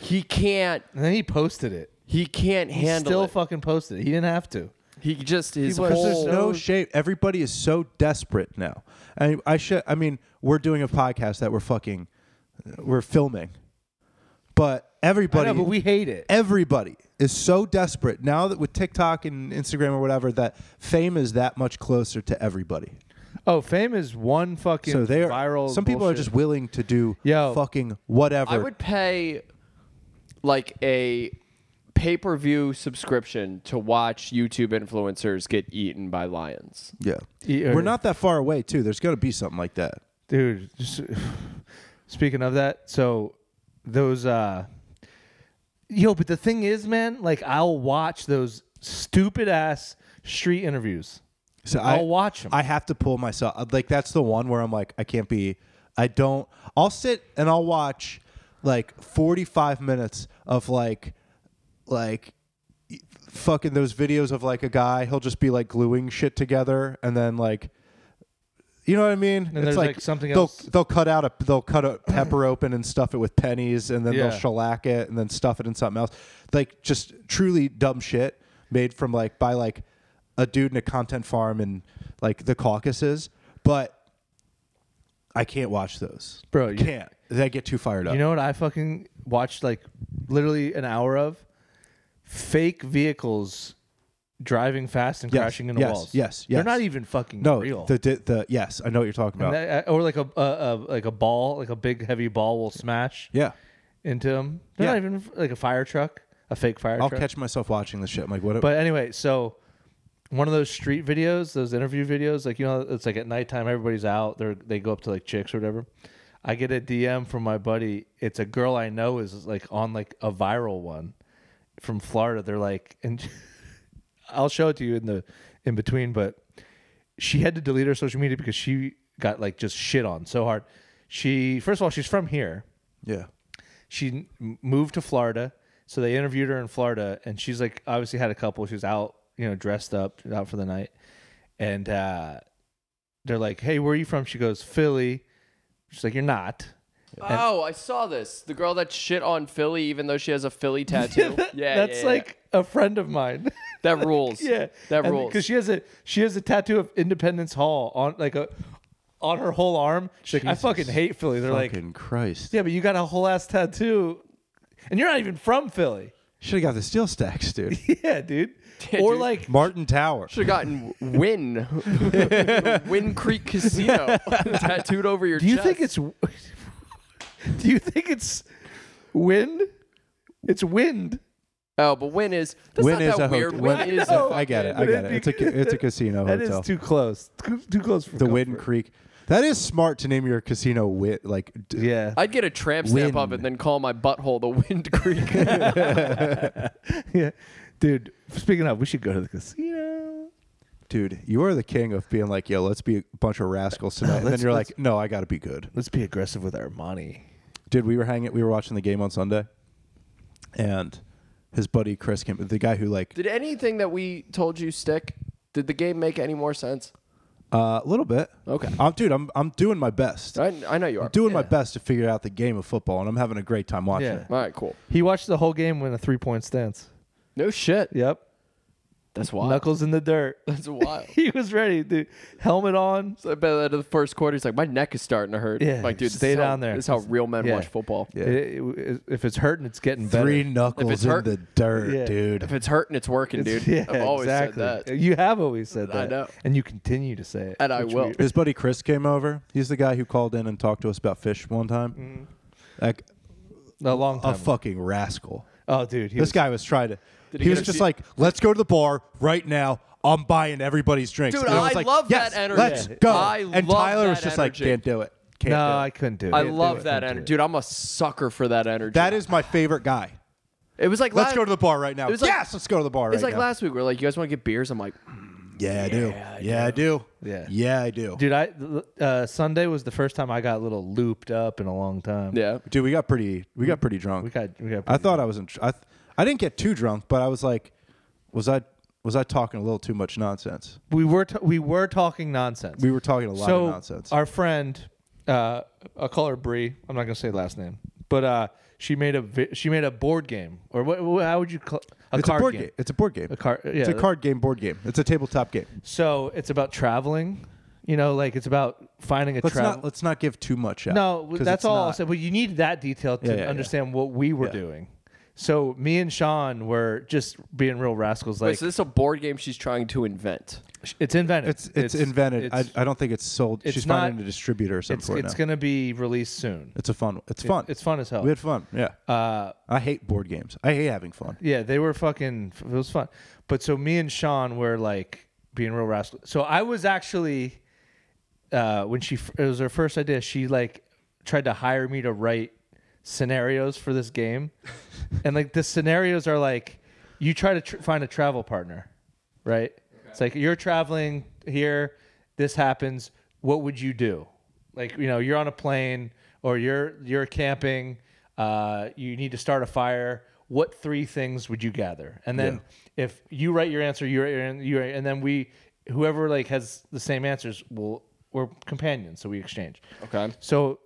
S3: He can't
S2: and then he posted it.
S3: he can't
S2: He
S3: handle
S2: still
S3: it.
S2: fucking posted it. He didn't have to.
S3: he just his
S2: was-
S1: Because there's
S3: whole.
S1: no shape. Everybody is so desperate now. I, I should. I mean, we're doing a podcast that we're fucking, we're filming, but
S2: I
S1: everybody,
S2: know, but we hate it.
S1: everybody is so desperate now that with TikTok and Instagram or whatever, that fame is that much closer to everybody.
S2: Oh, fame is one fucking
S1: So they are
S2: viral.
S1: Some people are
S2: bullshit.
S1: just willing to do
S2: Yo.
S1: fucking whatever.
S3: I would pay like a pay per view subscription to watch YouTube influencers get eaten by lions.
S1: yeah,
S2: Yeah.
S1: we're not that far away too. There's gonna be something like that.
S2: dude just, speaking of that so those uh yo but the thing is man like i'll watch those stupid ass street interviews
S1: So
S2: I'll
S1: I,
S2: watch 'em.
S1: I have to pull myself. uh, Like that's the one where I'm like, I can't be. I don't. I'll sit and I'll watch like 45 minutes of like, like, e, fucking those videos of like a guy. He'll just be like gluing shit together and then like. You know what I mean? it's
S2: there's, like, something
S1: they'll,
S2: else.
S1: They'll cut out a they'll cut a pepper open and stuff it with pennies, and then
S2: Yeah.
S1: they'll shellac it and then stuff it in something else. Like just truly dumb shit made from like by like a dude in a content farm in like the Caucasus. But I can't watch those,
S2: Bro, you-
S1: can't. They get too fired up.
S2: you know what i fucking watched like literally an hour of fake vehicles driving fast and
S1: Yes,
S2: crashing into
S1: yes,
S2: walls
S1: yes,
S2: they're
S1: yes.
S2: not even fucking
S1: no,
S2: real
S1: the, the the yes, I know what you're talking about.
S2: And that- uh, or like a, a, a like a ball like a big heavy ball will smash
S1: yeah,
S2: into them they're
S1: Yeah.
S2: not even like a fire truck a fake fire
S1: I'll
S2: truck
S1: catch myself watching this shit. I'm like, what?
S2: But anyway, so one of those street videos, those interview videos, like you know, it's like at nighttime, everybody's out, they are they go up to like chicks or whatever. I get a DM from my buddy. It's a girl I know is like on like a viral one from Florida. They're like, and I'll show it to you in the in between, but she had to delete her social media because she got like just shit on so hard. She first of all, she's from here
S1: yeah,
S2: she m- moved to Florida. So they interviewed her in Florida, and she's like, obviously had a couple. She was out, you know, dressed up, out for the night, and uh, they're like, "Hey, where are you from?" She goes, "Philly." She's like, "You're not."
S3: oh, I saw this. The girl that shit on Philly, even though she has a Philly tattoo. yeah, yeah,
S2: that's
S3: yeah.
S2: like a friend of mine.
S3: that rules.
S2: yeah,
S3: that rules.
S2: Because she has a she has a tattoo of Independence Hall on like a on her whole arm. She's like, "I
S1: Jesus
S2: fucking hate Philly." They're like,
S1: fucking Christ.
S2: "Yeah, but you got a whole ass tattoo, and you're not even from Philly."
S1: Should have got the steel stacks, dude.
S2: yeah, dude.
S3: Yeah,
S2: or
S3: dude.
S2: like
S1: Martin Tower.
S3: Should have gotten Win, Win Creek Casino tattooed over your.
S2: Do you
S3: chest.
S2: think it's? Do you think it's wind? It's wind.
S3: Oh, but Win is. That's
S1: Win
S3: not
S1: is
S3: that
S1: a
S3: weird.
S1: hotel.
S3: Win
S1: Win-
S3: is.
S2: know.
S3: a
S1: I get it. I
S2: But
S1: get
S2: it'd
S1: it.
S2: be-
S1: It's a it's a casino
S2: That is
S1: hotel.
S2: too close. Too, too close for
S1: the
S2: comfort.
S1: Witten Creek. That is smart to name your casino wit like d-
S2: Yeah.
S3: I'd get a tramp stamp
S1: Win.
S3: up and then call my butthole the Wind Creek.
S2: yeah. Dude, speaking of, we should go to the casino.
S1: dude. You are the king of being like, yo, let's be a bunch of rascals tonight. And then
S2: Let's-
S1: you're
S2: let's-
S1: like, no, I got to be good.
S2: Let's be aggressive with our money.
S1: Dude, we were hanging. We were watching the game on Sunday, and his buddy Chris came. The guy who like
S3: Did anything that we told you stick? Did the game make any more sense?
S1: uh, a little bit.
S3: Okay.
S1: I'm dude. I'm I'm doing my best.
S3: I, I know you are.
S1: doing my
S2: Yeah.
S1: best to figure out the game of football, and I'm having a great time watching
S2: Yeah.
S1: it.
S3: All right, cool.
S2: He watched the whole game in a three point stance.
S3: No shit.
S2: Yep.
S3: That's wild.
S2: Knuckles in the dirt.
S3: That's wild.
S2: he was ready, dude. Helmet on.
S3: So I bet that in the first quarter, he's like, my neck is starting to hurt.
S2: Yeah,
S3: like, dude, this
S2: stay
S3: is how-
S2: down there.
S3: This is how real men
S2: Yeah.
S3: watch football.
S1: Yeah.
S2: It- it- if it's hurting, it's getting better.
S1: Three
S3: If
S1: knuckles
S3: it's
S1: in
S3: hurt-
S1: the dirt,
S2: Yeah.
S1: dude.
S3: If it's hurting, it's working, dude.
S2: Yeah,
S3: I've always
S2: exactly.
S3: said that.
S2: You have always said
S3: I
S2: that.
S3: know.
S2: And you continue to say it.
S3: And I
S2: which
S3: will.
S2: we-
S1: His buddy Chris came over. He's the guy who called in and talked to us about fish one time. Like
S2: a long Mm-hmm. time.
S1: a
S2: ago.
S1: fucking rascal.
S2: Oh, dude. He
S1: This
S2: was-
S1: guy was trying to.
S3: Did
S1: he
S3: he
S1: was
S3: get a
S1: just
S3: seat?
S1: like, let's go to the bar right now. I'm buying everybody's drinks.
S3: Dude,
S1: And was
S3: I
S1: like,
S3: love
S1: yes,
S3: that energy.
S1: Let's go.
S3: I
S1: and
S3: love
S1: Tyler was
S3: that
S1: just like,
S3: energy.
S1: can't do it. Can't
S2: No,
S1: do it.
S2: I couldn't do it.
S3: I
S2: Can't do
S3: love
S2: it. Can't
S3: that
S2: do
S3: energy.
S2: it.
S3: Dude, I'm a sucker for that energy.
S1: That is my favorite guy.
S3: It was like
S1: Let's
S3: last,
S1: go to the bar right now.
S3: It was like-
S1: yes, let's go to the bar
S3: It's
S1: right
S3: like
S1: now.
S3: last week. We're like, you guys want to get beers? I'm like,
S1: yeah, I do. Yeah, I do.
S2: Yeah.
S1: Yeah, I do.
S2: Dude, I uh, Sunday was the first time I got a little looped up in a long time.
S3: yeah.
S1: Dude, we got pretty. We got pretty drunk.
S2: we got we got.
S1: I thought I was in. Tr- I, th- I didn't get too drunk, but I was like, was I was I talking a little too much nonsense?
S2: we were t- we were talking nonsense.
S1: We were talking a lot
S2: so
S1: of nonsense.
S2: our friend, uh, I'll call her Bree. I'm not gonna say last name, but uh, she made a vi- she made a board game or what? what- How would you call a
S1: it's
S2: card
S1: a board
S2: game?
S1: game. It's a board game.
S2: A card. Yeah.
S1: It's a card game. Board game. It's a tabletop game.
S2: So it's about traveling. You know, like it's about finding a
S1: Let's
S2: travel.
S1: not let's not give too much out.
S2: No,
S1: 'cause
S2: that's
S1: it's
S2: all I'll
S1: not-
S2: say. But you need that detail to
S1: Yeah, yeah, yeah.
S2: understand what we were
S1: Yeah.
S2: doing. So me and Sean were just being real rascals. Like
S3: Wait, so this is a board game she's trying to invent.
S2: it's invented.
S1: It's it's, invented.
S2: It's,
S1: I, I don't think it's sold.
S2: it's
S1: She's
S2: not-
S1: finding a distributor or something
S2: it's,
S1: for it
S2: it's
S1: now.
S2: gonna be released soon.
S1: it's a fun. It's fun.
S2: It's fun as hell.
S1: We had fun. Yeah.
S2: Uh,
S1: I hate board games. I hate having fun.
S2: yeah, they were fucking. It was fun. But so me and Sean were like being real rascals. So I was actually uh, when she f- it was her first idea. She like tried to hire me to write scenarios for this game, and like the scenarios are like you try to tr- find a travel partner, right? It's like you're traveling here. This happens. What would you do? Like you know, you're on a plane or you're you're camping. Uh, you need to start a fire. What three things would you gather? And then if you write your answer, you write your, you write, and then we whoever like has the same answers will we're companions, so we exchange.
S3: Okay.
S2: So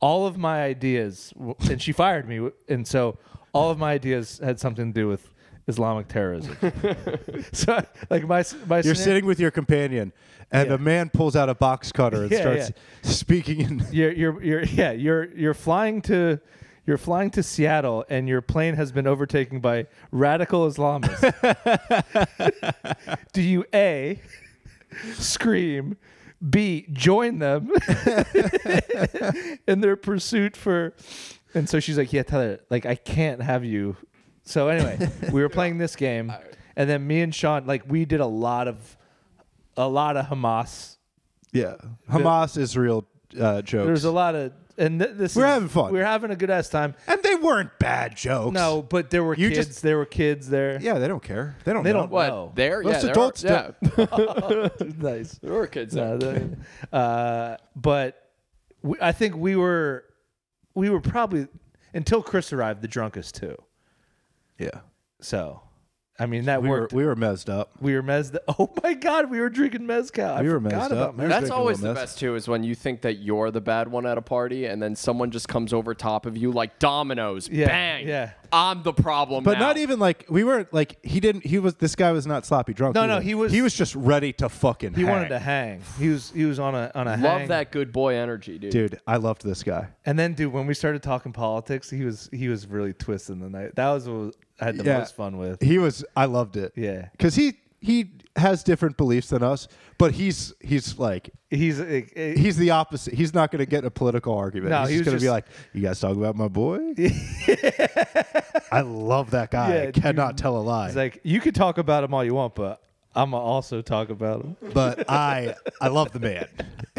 S2: all of my ideas, w- and she fired me, w- and so all of my ideas had something to do with Islamic terrorism. so like my s- my
S1: You're
S2: scenar-
S1: sitting with your companion, and
S2: Yeah.
S1: a man pulls out a box cutter and
S2: Yeah,
S1: starts speaking in.
S2: You're, you're you're yeah you're you're flying to. You're flying to Seattle and your plane has been overtaken by radical Islamists. Do you A, scream, B, join them in their pursuit for. And so she's like, Yeah, Tyler, like, I can't have you. So anyway, we were playing this game. And then me and Sean, like, we did a lot of, a lot of Hamas.
S1: Yeah. Hamas Israel uh, jokes.
S2: There's a lot of, and th- this
S1: We're
S2: is-
S1: having fun.
S2: We're having a good ass time.
S1: And they weren't bad jokes.
S2: No, but there were
S1: You
S2: kids.
S1: just-
S2: there were kids there.
S1: Yeah, they don't care. They don't.
S2: They
S1: know.
S2: don't-
S3: What?
S2: No.
S3: There?
S1: Most
S3: yeah, there
S1: adults
S3: are, yeah.
S2: nice.
S3: there were kids
S2: No,
S3: there.
S2: the- uh, but we, I think we were we were probably until Chris arrived the drunkest too.
S1: Yeah.
S2: So I mean that
S1: We were
S2: worked.
S1: we were messed up.
S2: we were mez. Oh my god, we were drinking mezcal.
S1: We
S2: I
S1: were
S2: forgot
S1: messed
S2: about
S1: up.
S2: mezcal.
S3: That's
S1: drinking
S3: always
S1: real
S3: the
S1: mess.
S3: best too, is when you think that you're the bad one at a party, and then someone just comes over top of you like dominoes.
S2: Yeah,
S3: bang!
S2: yeah.
S3: I'm the problem.
S1: But
S3: now.
S1: not even like we weren't like he didn't he was this guy was not sloppy drunk.
S2: No,
S1: either.
S2: no, he was-
S1: he was just ready to fucking.
S2: He wanted to hang. He was he was on a on a
S3: Love
S2: hang.
S3: that good boy energy, dude.
S1: dude. I loved this guy.
S2: And then dude, when we started talking politics, he was he was really twisting the night. That was what was- I had the
S1: Yeah.
S2: most fun with.
S1: He was. I loved it.
S2: Yeah.
S1: Because he he has different beliefs than us, but he's he's like
S2: He's uh, uh,
S1: he's the opposite. He's not going to get in a political argument.
S2: No,
S1: he's
S2: he was
S1: going to be
S2: just-
S1: like, "You guys talk about my boy." I love that guy.
S2: Yeah,
S1: I cannot tell a lie.
S2: he's like, you could talk about him all you want, but I'm gonna also talk about him.
S1: but I I love the man.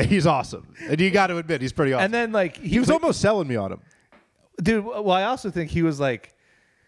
S1: He's awesome, and you got to admit he's pretty awesome.
S2: And then like he,
S1: he was
S2: put-
S1: almost selling me on him.
S2: dude. Well, I also think he was like,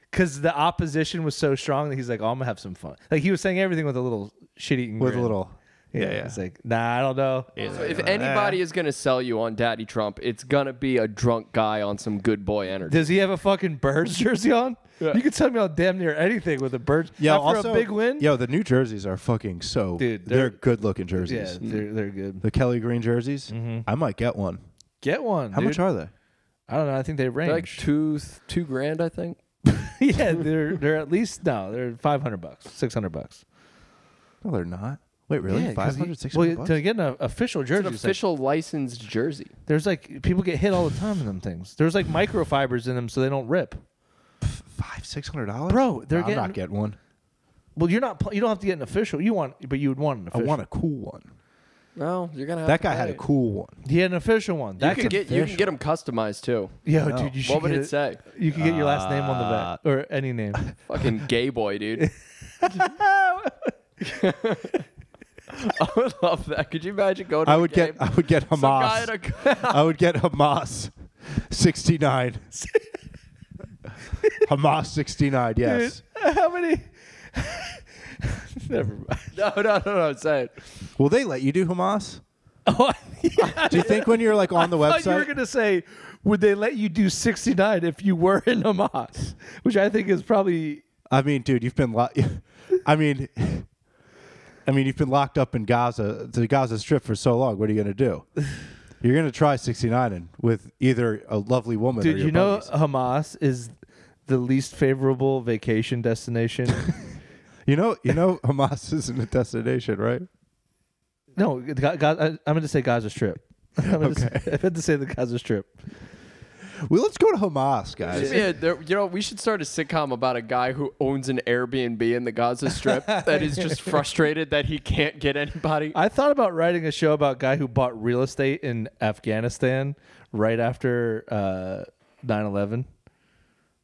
S2: because the opposition was so strong that he's like, oh, I'm gonna have some fun. Like he was saying everything with a little shit eating.
S1: With a little-
S2: Yeah,
S1: yeah, yeah.
S2: It's like, nah, I don't know.
S3: So if anybody is gonna sell you on Daddy Trump, it's gonna be a drunk guy on some good boy energy.
S2: Does he have a fucking Birds jersey on? You could tell me on damn near anything with a Birds. after a big win.
S1: Yo, the new jerseys are fucking so.
S2: Dude,
S1: they're,
S2: they're-
S1: good looking
S2: yeah,
S1: jerseys.
S2: they're they're good.
S1: The Kelly green jerseys. I might get one.
S2: Get one.
S1: How much
S2: dude.
S1: are they?
S2: I don't know. I think they range.
S3: Like two two grand, I think.
S2: yeah, they're they're at least no, they're five hundred bucks, six hundred bucks.
S1: No, they're not. Wait, really?
S2: Yeah, 'cause
S1: 500,
S2: you-
S1: 600
S2: well,
S1: bucks?
S2: to get an official
S3: It's
S2: jersey,
S3: an
S2: it's like-
S3: official licensed jersey.
S2: there's like people get hit all the time in them things. There's like microfibers in them, so they don't rip.
S1: Five, six hundred dollars,
S2: Bro, they're
S1: I'm not
S2: getting-
S1: getting one.
S2: Well, you're not. pl- You don't have to get an official. You want, but you would want an
S1: I
S2: official.
S1: want a cool one.
S3: No, you're gonna. Have
S1: That
S3: to
S1: guy had
S3: pay.
S1: a cool one.
S2: He had an official one.
S3: You
S2: That's
S3: can get you can
S2: official.
S3: get them customized too.
S2: Yo,
S1: No. Uh,
S2: dude, you should.
S3: What would
S2: get
S3: it say?
S2: You could get your last name on the back or any name.
S3: Fucking gay boy, dude. I would love that. Could you imagine going? To
S1: I
S3: a
S1: would
S3: game?
S1: get, I would get
S3: Some guy
S1: Hamas.
S3: at a-
S1: I would get Hamas, sixty nine. Hamas sixty nine. Yes.
S2: Dude, how many? Never mind.
S3: no, no, no, no. Say it.
S1: Will they let you do Hamas?
S2: Oh,
S1: Do you think when you're like on the
S2: I thought you were
S1: website?
S2: going to say, would they let you do 69 if you were in Hamas? Which I think is probably.
S1: I mean, dude, you've been. Lo- I mean, I mean, you've been locked up in Gaza, the Gaza Strip, for so long. What are you gonna do? You're gonna try 69 and with either a lovely woman or
S2: Dude,
S1: your
S2: you know
S1: buddies.
S2: Hamas is the least favorable vacation destination.
S1: You know, you know, Hamas isn't a destination, right?
S2: no, Ga- Ga- I- I'm going to say Gaza Strip. I'm going
S1: Okay.
S2: to say, the Gaza Strip.
S1: Well, let's go to Hamas,
S3: Should
S1: guys.
S3: be a- there- you know, we should start a sitcom about a guy who owns an Airbnb in the Gaza Strip that is just frustrated that he can't get anybody.
S2: I thought about writing a show about a guy who bought real estate in Afghanistan right after uh, 9/11.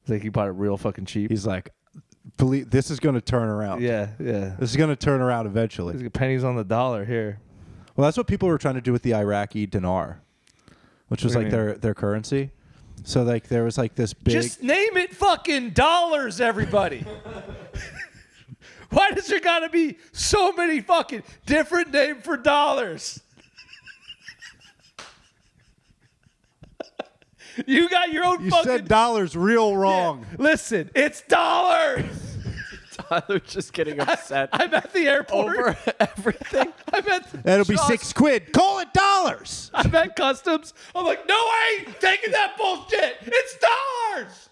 S2: It's like he bought it real fucking cheap.
S1: He's like, believe this is going to turn around.
S2: yeah, yeah.
S1: This is going to turn around eventually.
S2: It's pennies on the dollar here.
S1: Well, that's what people were trying to do with the Iraqi dinar, which was
S2: What do
S1: like
S2: you
S1: their their currency. So like there was like this big.
S2: Just name it fucking dollars, everybody. Why does there gotta be so many fucking different name for dollars? you got your own
S1: you
S2: fucking.
S1: said dollars real wrong.
S2: Listen, it's dollars.
S3: Tyler's just getting upset
S2: I'm at the airport.
S3: over everything.
S2: I'm at.
S1: That'll be
S2: Just-
S1: six quid. Call it dollars.
S2: I'm at customs. I'm like, no, I ain't taking that bullshit. It's dollars.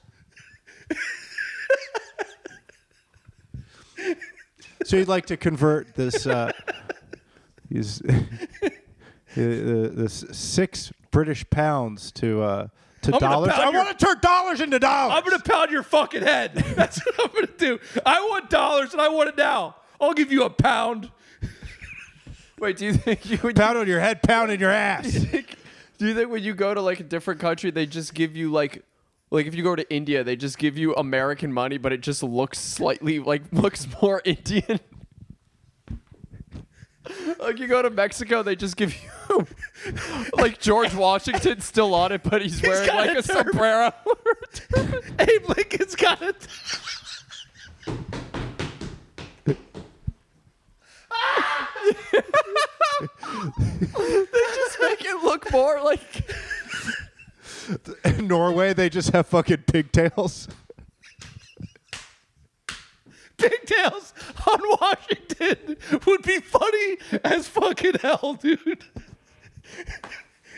S1: so you'd like to convert this uh, these, uh, this six British pounds to uh, to
S2: gonna
S1: dollars?
S2: pound
S1: I
S2: your-
S1: want to turn dollars into dollars.
S2: I'm gonna pound your fucking head. That's what I'm gonna do. I want dollars and I want it now. I'll give you a pound.
S3: Wait, do you think you would?
S1: pound on your head, pound in your ass.
S3: Do you think when you go to like a different country, they just give you like, like if you go to India, they just give you American money, but it just looks slightly like looks more Indian. like you go to Mexico, they just give you like George Washington's still on it, but he's, wearing
S2: got
S3: like
S2: a
S3: a, sombrero.
S2: Abe Lincoln's got it.
S3: just make it look more like.
S1: In Norway, they just have fucking pigtails.
S2: Pigtails on Washington would be funny as fucking hell, dude.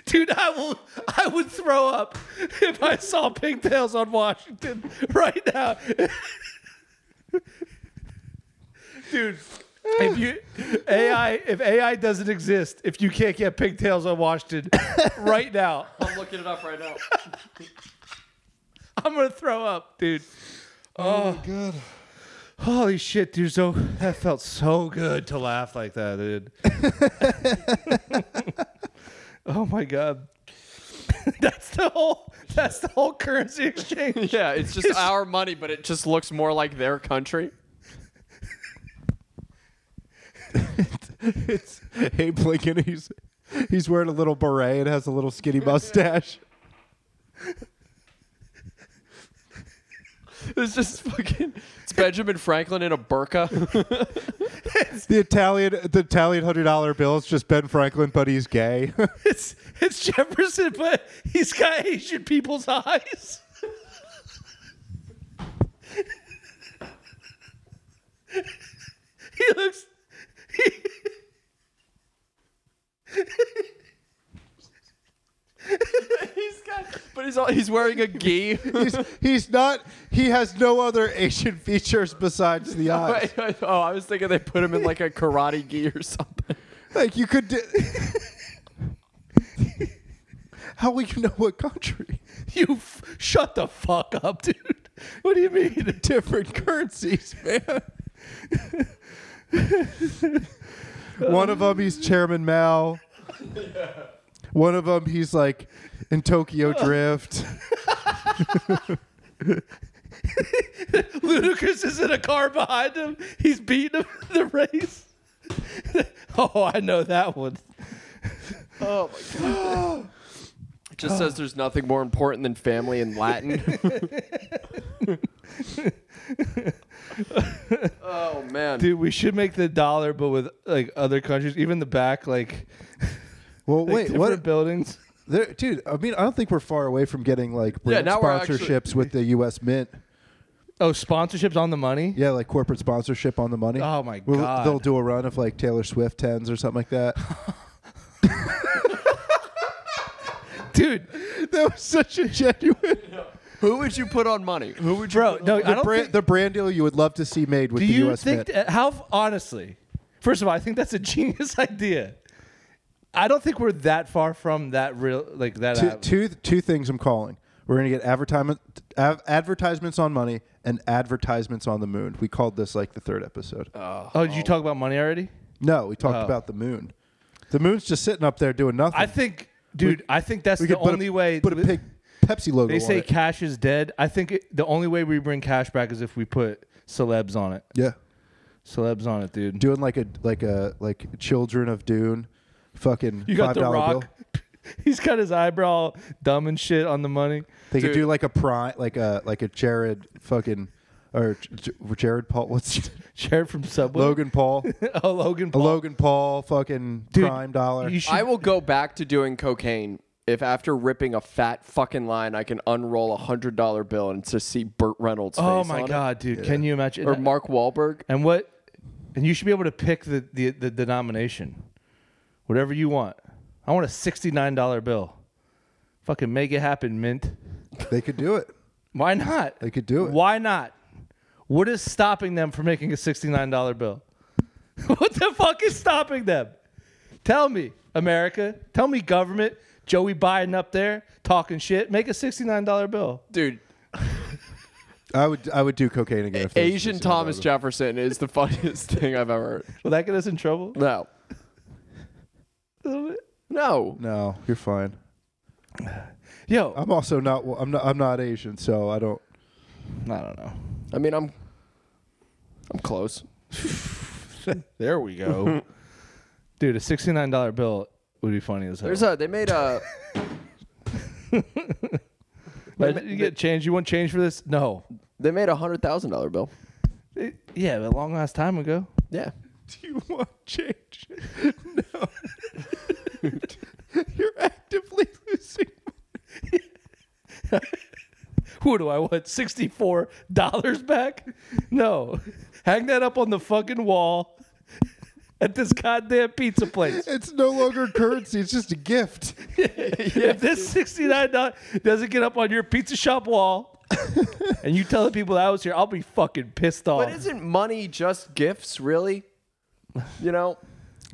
S2: Dude, I will. I would throw up if I saw pigtails on Washington right now. Dude, if you AI, if AI doesn't exist, if you can't get pigtails on Washington right now,
S3: I'm looking it up right now.
S2: I'm gonna throw up, dude. Oh,
S1: Good.
S2: holy shit, dude! So that felt so good to laugh like that, dude. oh my god, that's the whole. That's the whole currency exchange.
S3: Yeah, it's just our money, but it just looks more like their country.
S1: it's Abe Lincoln. He's he's wearing a little beret and has a little skinny mustache.
S3: It's just fucking. It's Benjamin Franklin in a burqa.
S1: The Italian the Italian hundred dollar bill is just Ben Franklin, but he's gay.
S2: It's it's Jefferson, but he's got Asian people's eyes. he looks.
S3: he's got, but he's all, he's wearing a gi.
S1: he's, he's not. He has no other Asian features besides the eyes.
S3: Wait, wait, oh, I was thinking they put him in like a karate gi or something.
S1: Like you could. di- How will you know what country?
S2: You f- shut the fuck up, dude. What do you mean?
S1: Different currencies, man. One of them, he's Chairman Mao. One of them, he's like in Tokyo Drift.
S2: Ludacris is in a car behind him. He's beating him in the race. oh, I know that one.
S3: Oh my god. It just says there's nothing more important than family in Latin. oh man.
S2: Dude, we should make the dollar, but with like other countries, even the back, like,
S1: Well,
S2: like
S1: wait,
S2: different
S1: what,
S2: buildings.
S1: there, dude? I mean, I don't think we're far away from getting like brand
S3: now we're actually-
S1: sponsorships with the U.S. Mint.
S2: Oh, sponsorships on the money.
S1: Yeah, like corporate sponsorship on the money.
S2: Oh, my
S1: We'll-
S2: God.
S1: They'll do a run of like Taylor Swift tens or something like that.
S2: dude.
S1: that was such a genuine.
S3: Who would you put on money? Who would you
S2: Bro, no, I
S1: The
S2: don't.
S1: brand,
S2: think,
S1: the brand deal you would love to see made with
S2: do
S1: the
S2: you
S1: U.S.
S2: think
S1: Mint.
S2: that- how honestly? First of all, I think that's a genius idea. I don't think we're that far from that real like that.
S1: two,
S2: out-
S1: two, two things I'm calling. We're gonna get advertisement av- advertisements on money and advertisements on the moon. We called this like the third episode.
S2: oh, did you talk about money already?
S1: no, we talked
S2: Oh.
S1: about the moon. The moon's just sitting up there doing nothing.
S2: I think, dude. I think that's
S1: we
S2: the
S1: could put
S2: only
S1: a,
S2: way.
S1: put a pig Pepsi logo.
S2: They
S1: on
S2: say
S1: it.
S2: cash is dead. I think it, the only way we bring cash back is if we put celebs on it.
S1: yeah,
S2: Celebs on it, dude.
S1: doing like a like a like Children of Dune, fucking
S2: you got
S1: five
S2: the
S1: dollar bill.
S2: rock. He's got his eyebrow dumb and shit on the money.
S1: They could
S3: Dude.
S1: do like a prime, like a like a Jared fucking or J- J- Jared Paul. What's his-
S2: Jared from Subway.
S1: Logan Paul?
S2: oh, Logan
S1: A
S2: Paul.
S1: Logan Paul fucking
S2: Dude,
S1: prime dollar.
S2: You should,
S3: I will go back to doing cocaine if after ripping a fat fucking line I can unroll a hundred dollar bill and just see Burt Reynolds.
S2: oh
S3: face
S2: my
S3: on it.
S2: god, dude! Can you imagine?
S3: Or Mark Wahlberg.
S2: and what? And you should be able to pick the the, the denomination, whatever you want. I want a sixty nine dollar bill. Fucking make it happen, mint.
S1: they could do it.
S2: Why not?
S1: They could do it.
S2: Why not? What is stopping them from making a $69 bill? what the fuck is stopping them? Tell me, America. Tell me, government. Joey Biden up there talking shit. Make a $69 bill.
S3: Dude,
S1: I would I would do cocaine again. If there was
S3: Asian
S1: $69
S3: Thomas
S1: bill.
S3: Jefferson is the funniest thing I've ever heard.
S2: Will that get us in trouble?
S3: No.
S2: A little bit?
S3: No.
S1: No, you're fine.
S2: Yo,
S1: I'm also not. I'm not. I'm not Asian, so I don't.
S2: I don't know.
S3: I mean I'm I'm close.
S2: There we go. Dude, a $69 bill would be funny as hell.
S3: There's a they made a
S2: But you get change. You want change for this? No.
S3: they made a hundred thousand dollar bill.
S2: It- yeah, a long last time ago.
S3: Yeah.
S1: Do you want change? No. you're actively losing.
S2: What do I want? Sixty-four dollars back? No, hang that up on the fucking wall at this goddamn pizza place.
S1: It's no longer currency. It's just a gift.
S2: if this sixty-nine dollars doesn't get up on your pizza shop wall, and you tell the people that I was here, I'll be fucking pissed off.
S3: But isn't money just gifts, really? You know?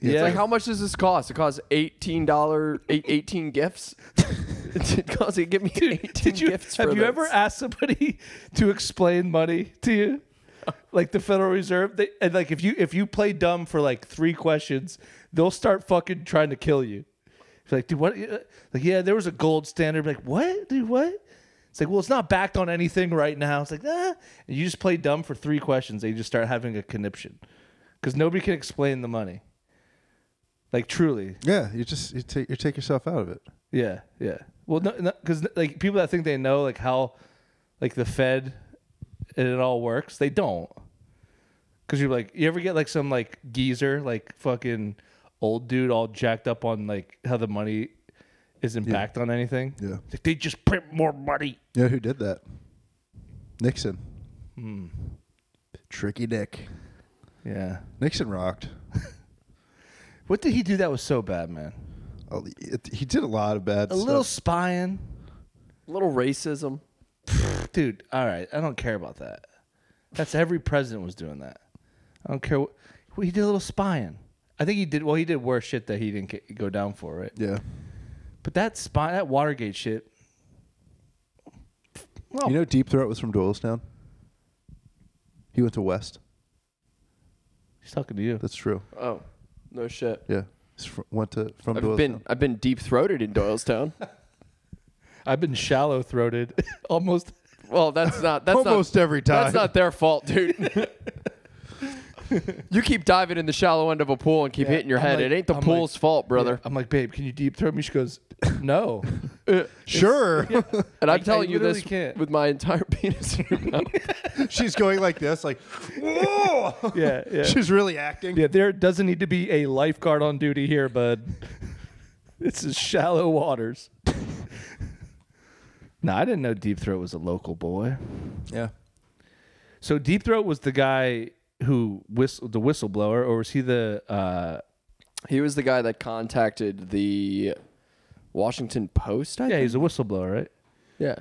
S2: Yeah.
S3: It's like how much does this cost? It costs eighteen dollar eight, eighteen gifts. Cause give me
S2: Dude,
S3: 18
S2: did you
S3: gifts
S2: have
S3: for
S2: you ever
S3: this.
S2: asked somebody to explain money to you? Like the Federal Reserve, they and like if you if you play dumb for like three questions, they'll start fucking trying to kill you. It's like, dude, what? uh, Like, yeah, there was a gold standard. Like, what, dude, what? It's like, well, it's not backed on anything right now. It's like, ah, and you just play dumb for three questions. They just start having a conniption because nobody can explain the money. Like, truly,
S1: Yeah, you just you take you take yourself out of it.
S2: yeah, yeah. Well, no, because like people that think they know like how, like the Fed, and it all works, they don't. Because you're like, you ever get like some like geezer, like fucking old dude, all jacked up on like how the money isn't backed on anything.
S1: Yeah.
S2: like they just print more money.
S1: You know who did that? Nixon.
S3: Hmm.
S1: Tricky Nick.
S2: Yeah.
S1: Nixon rocked.
S2: What did he do that was so bad, man?
S1: Oh, it- He did a lot of bad
S2: A little
S1: stuff.
S2: spying,
S3: little racism?
S2: dude. All right, I don't care about that. That's every president was doing that. I don't care. What, well, he did a little spying. I think he did. Well, he did worse shit that he didn't ca- go down for, right?
S1: Yeah.
S2: But that spy, that Watergate shit. oh, Well,
S1: You know Deep Throat was from Doylestown? He went to West.
S2: he's talking to you.
S1: That's true.
S3: Oh, no shit.
S1: Yeah. He's fr- went to from
S3: I've
S1: Doylestown.
S3: been I've been deep throated in Doylestown.
S2: I've been shallow throated, almost.
S3: well, that's not that's
S1: Almost
S3: not,
S1: every time.
S3: That's not their fault, dude. you keep diving in the shallow end of a pool and keep
S2: Yeah,
S3: hitting your
S2: I'm
S3: head.
S2: like-
S3: it ain't the
S2: I'm
S3: pool's
S2: like-
S3: fault, brother.
S2: I'm like, babe, can you deep throat me? She goes, no.
S1: sure.
S3: and I'm
S2: I- I
S3: telling you this
S2: literally can't.
S3: with my entire penis in your mouth.
S1: She's going like this, like, whoa.
S2: yeah, yeah.
S1: She's really acting.
S2: Yeah, there doesn't need to be a lifeguard on duty here, bud. this is shallow waters. no, I didn't know Deep Throat was a local boy.
S1: yeah.
S2: So Deep Throat was the guy who whistled the whistleblower, or was he the? Uh,
S3: He was the guy that contacted the Washington Post. I
S2: yeah,
S3: think?
S2: he's a whistleblower, right?
S3: yeah.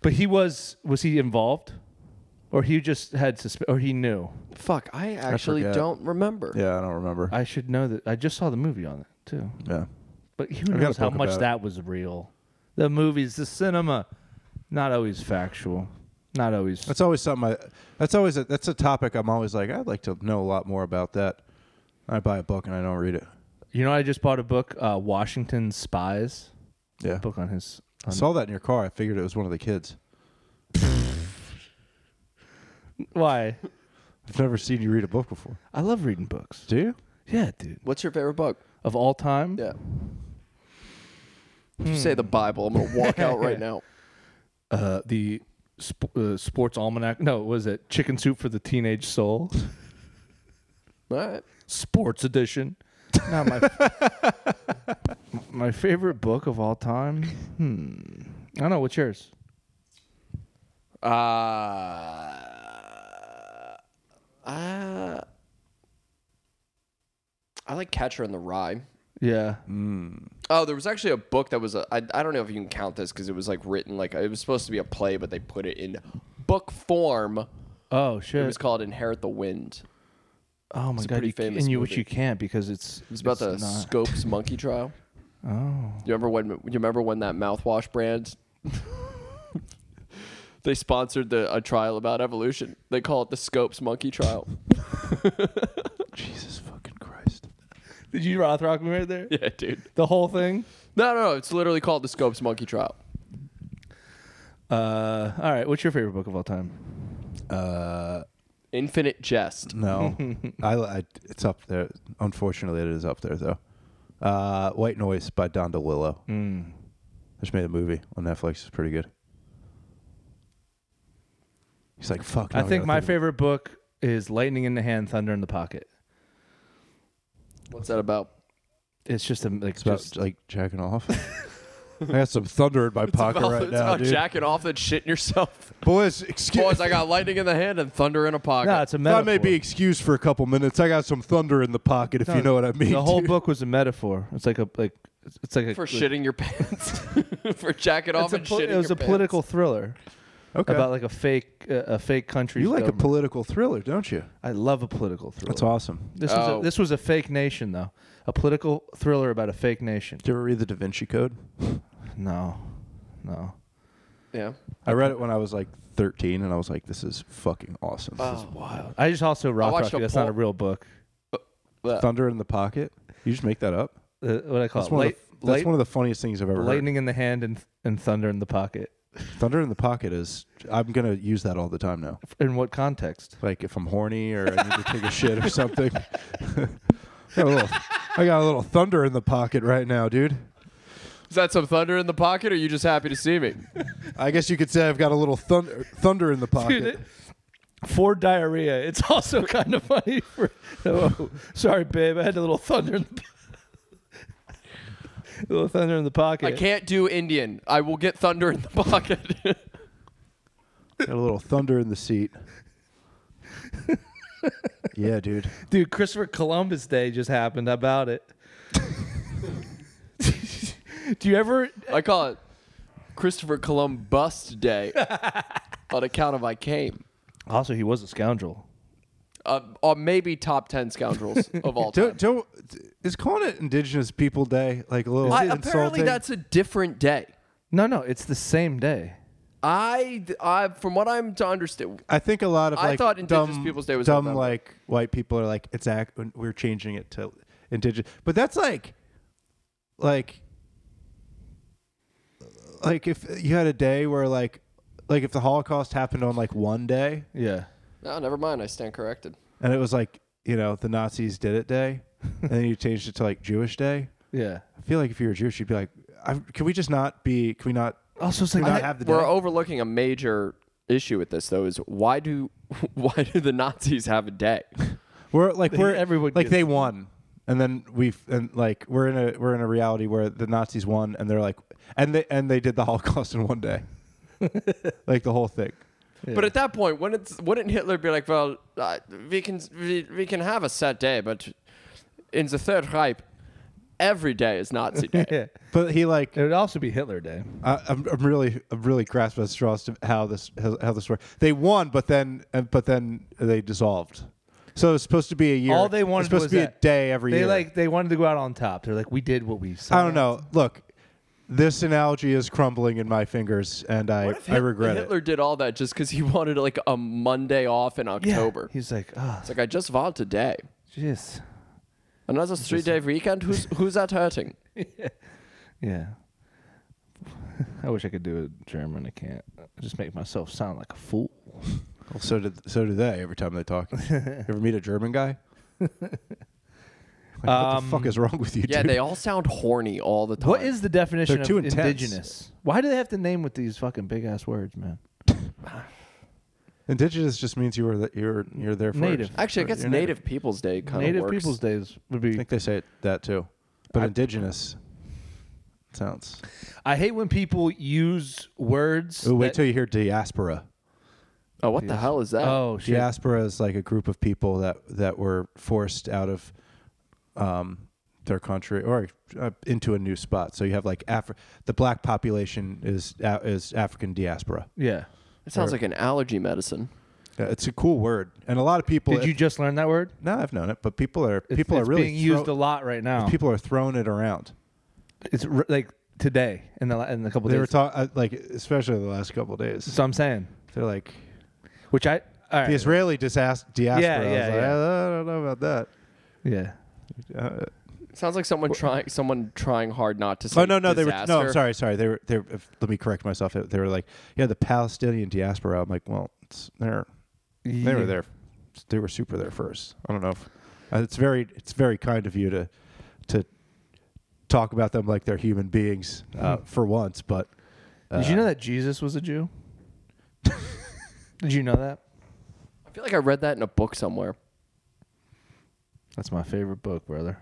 S2: But he was was he involved, or he just had susp- or he knew?
S3: Fuck, I actually
S1: forget.
S3: don't remember.
S1: Yeah, I don't remember.
S2: I should know that. I just saw the movie on it too.
S1: yeah.
S2: But who
S1: got a
S2: knows how
S1: book
S2: much
S1: about it.
S2: that was real? The movies, the cinema, not always factual. Not always.
S1: That's always something I. That's always a, that's a topic I'm always like I'd like to know a lot more about that. I buy a book and I don't read it.
S2: You know, I just bought a book, uh, Washington Spies.
S1: Yeah,
S2: Book on his.
S1: I saw that in your car. I figured it was one of the kids.
S2: Why?
S1: I've never seen you read a book before.
S2: I love reading books.
S1: Do you?
S2: Yeah, dude.
S3: What's your favorite book?
S2: Of all time,
S3: Yeah. If you say the Bible, I'm gonna walk out right now.
S2: uh, the sp- uh, sports almanac. No, what was it Chicken Soup for the Teenage Soul?
S3: All right.
S2: sports edition. Not my my favorite book of all time. Hmm. I don't know. What's yours?
S3: Uh, uh, I like Catcher in the Rye.
S2: Yeah.
S3: Oh, there was actually a book that was a. I, I don't know if you can count this because it was like written like it was supposed to be a play, but they put it in book form.
S2: Oh
S3: It
S2: shit.
S3: was called Inherit the Wind.
S2: oh my
S3: a
S2: god.
S3: pretty
S2: You, ca-
S3: famous
S2: and you which
S3: movie.
S2: you can't because it's
S3: It was about the
S2: not-
S3: Scopes monkey trial.
S2: oh.
S3: You remember when? You remember when that mouthwash brand? they sponsored the a trial about evolution. They call it the Scopes monkey trial.
S1: Jesus fucking Christ!
S2: Did you Rothrock me right there?
S3: yeah, dude.
S2: The whole thing.
S3: No, no, no, it's literally called the Scopes monkey trial.
S2: Uh, all right. What's your favorite book of all time?
S1: Uh,
S3: Infinite jest.
S1: no, I, I it's up there. Unfortunately, it is up there though. Uh, White Noise by Don DeLillo.
S2: Mm.
S1: Just made a movie on Netflix. It's pretty good. He's like, fuck.
S2: I
S1: now
S2: think
S1: gotta
S2: my
S1: of-
S2: favorite book is Lightning in the Hand, Thunder in the Pocket.
S3: What's that about?
S2: It's just a like
S1: It's about
S2: just
S1: like jacking off. I got some thunder in my pocket
S3: about,
S1: right
S3: it's
S1: now,
S3: about
S1: dude.
S3: jacking off and shitting yourself.
S1: Boys, excuse.
S3: Boys, I got lightning in the hand and thunder in a pocket.
S2: no, it's a metaphor.
S1: that may be excused for a couple minutes. I got some thunder in the pocket, if
S2: No,
S1: you know what I mean.
S2: The whole
S1: dude.
S2: book was a metaphor. It's like a like it's- it's like a
S3: for
S2: like-
S3: shitting your pants. for jacking off
S2: It's a
S3: and
S2: pol-
S3: shitting
S2: it was
S3: your
S2: a
S3: pants.
S2: political thriller
S1: Okay.
S2: about like a fake uh, a fake country.
S1: you like a political thriller, don't you?
S2: I love a political thriller.
S1: That's awesome.
S2: This was
S3: Oh.
S2: a, this was a fake nation though. A political thriller about a fake nation.
S1: Did you ever read The Da Vinci Code?
S2: No, no.
S3: Yeah.
S1: I read it when I was like 13, and I was like, "This is fucking awesome."
S2: Wild. I just also Rock
S3: watched
S2: Rocky.
S3: a
S2: That's not
S3: poll-
S2: a real book.
S3: Uh,
S1: Thunder in the pocket. You just make that up.
S2: Uh, what I call
S1: That's
S2: it?
S1: one,
S2: Light,
S1: of the, that's
S2: light-
S1: one of the funniest things I've ever heard.
S2: lightning in the hand and and thunder in the pocket.
S1: Thunder in the pocket is. I'm gonna use that all the time now.
S2: In what context?
S1: Like if I'm horny or I need to take a shit or something. Got a little- I got a little thunder in the pocket right now, dude.
S3: is that some thunder in the pocket, or are you just happy to see me?
S1: I guess you could say I've got a little thunder thunder in the pocket.
S2: Dude, it- for diarrhea, it's also kind of funny. For, oh, sorry, babe, I had a little thunder in the a little thunder in the pocket.
S3: I can't do Indian. I will get thunder in the pocket.
S1: Got a little thunder in the seat. yeah, dude.
S2: Dude, Christopher Columbus Day just happened. How about it? Do you ever?
S3: I call it Christopher Columbus Day on account of I came.
S2: Also, he was a scoundrel.
S3: Uh, or maybe top 10 scoundrels of all time.
S1: Don't, don't is calling it Indigenous People Day like a little
S3: I,
S1: insulting?
S3: apparently, that's a different day.
S2: No, no, it's the same day.
S3: I, I, from what I'm to understand,
S1: I think a lot of
S3: I
S1: like
S3: thought Indigenous
S1: dumb,
S3: Peoples' Day was
S1: dumb
S3: November.
S1: like white people are like it's act we're changing it to indigenous, but that's like like like if you had a day where like like if the Holocaust happened on like one day
S2: Yeah.
S3: no, never mind. I stand corrected.
S1: and it was like you know the Nazis did it day, and then you changed it to like Jewish day.
S2: Yeah.
S1: I feel like if you were Jewish, you'd be like, I, can we just not be? Can we not?
S2: Also, it's
S1: Can we not
S2: like
S1: have the day?
S3: We're overlooking a major issue with this, though, is why do, why do the Nazis have a day?
S1: We're like
S2: They-
S1: we're
S2: everyone
S1: like
S2: gets-
S1: they won, and then we have and like we're in a we're in a reality where the Nazis won, and they're like and they and they did the Holocaust in one day, like the whole thing.
S3: But at that point, wouldn't, wouldn't Hitler be like, well, uh, we, can, we, we can have a set day, but in the Third Reich, every day is Nazi day.
S2: yeah.
S1: But he like
S2: It would also be Hitler Day.
S1: I, I'm, I'm really I'm really grasping at straws to how this how, how this worked. They won, but then and but then they dissolved. So it's supposed to be a year.
S2: All they wanted
S1: it's supposed
S2: was
S1: to be
S2: that.
S1: a day every
S2: They
S1: year.
S2: like they wanted to go out on top. They're like, we did what we. Saw.
S1: I don't know. Look, this analogy is crumbling in my fingers, and I
S3: What if
S1: I
S3: Hit-
S1: regret
S3: Hitler
S1: it.
S3: did all that just because he wanted like a Monday off in
S2: Yeah.
S3: October.
S2: He's like, oh,
S3: It's like I just want today.
S2: jeez.
S3: Another three day weekend. Who's who's that hurting?
S2: Yeah. I wish I could do a German. I can't. I just make myself sound like a fool.
S1: Well, so did so do they every time they talk. you ever meet a German guy? Like, what
S2: Um,
S1: the fuck is wrong with you?
S3: Yeah,
S1: dude?
S3: they all sound horny all the time.
S2: What is the definition
S1: They're
S2: of
S1: too intense.
S2: indigenous? Why do they have to name with these fucking big ass words, man?
S1: indigenous just means you were the, you're you're there first.
S2: Native.
S3: Actually, I guess
S1: You're
S3: Native Peoples Day kind of
S2: Native
S3: works.
S2: Peoples Days would
S1: I
S2: be.
S1: think they say it, that too, but
S2: I-
S1: indigenous sounds.
S2: I hate when people use words.
S1: Ooh, wait
S2: that-
S1: till you hear diaspora.
S3: Oh, what the hell is that?
S2: Oh shit!
S1: Diaspora is like a group of people that that were forced out of um, their country or uh, into a new spot. So you have like Afri- the black population is uh, is African diaspora.
S2: Yeah.
S3: It sounds like an allergy medicine.
S1: Yeah, it's a cool word, and a lot of people.
S2: Did you just learn that word?
S1: No, I've known it, but people are
S2: It's-
S1: people
S2: it's
S1: are really
S2: being used a
S1: throw-
S2: lot right now.
S1: People are throwing it around.
S2: it's r- like today in the la- in the couple
S1: they
S2: days.
S1: were talking like especially the last couple of days.
S2: so I'm saying,
S1: They're like
S2: which I all right.
S1: the Israeli disaster diaspora.
S2: Yeah,
S1: I was
S2: yeah,
S1: like,
S2: yeah.
S1: I don't know about that.
S2: yeah.
S1: Uh,
S3: It sounds like someone trying someone trying hard not to. Say
S1: Oh no, no, they were no. I'm
S3: disaster.
S1: sorry, sorry. They were. They were, if, let me correct myself. They- They were like, yeah, the Palestinian diaspora. I'm like, well, it's, they're they were there. They were super there first. I don't know. If, uh, it's very it's very kind of you to to talk about them like they're human beings uh, for once. But
S2: Hmm. Did
S1: Uh,
S2: you know that Jesus was a Jew? Did you know that?
S3: I feel like I read that in a book somewhere.
S2: That's my favorite book, brother.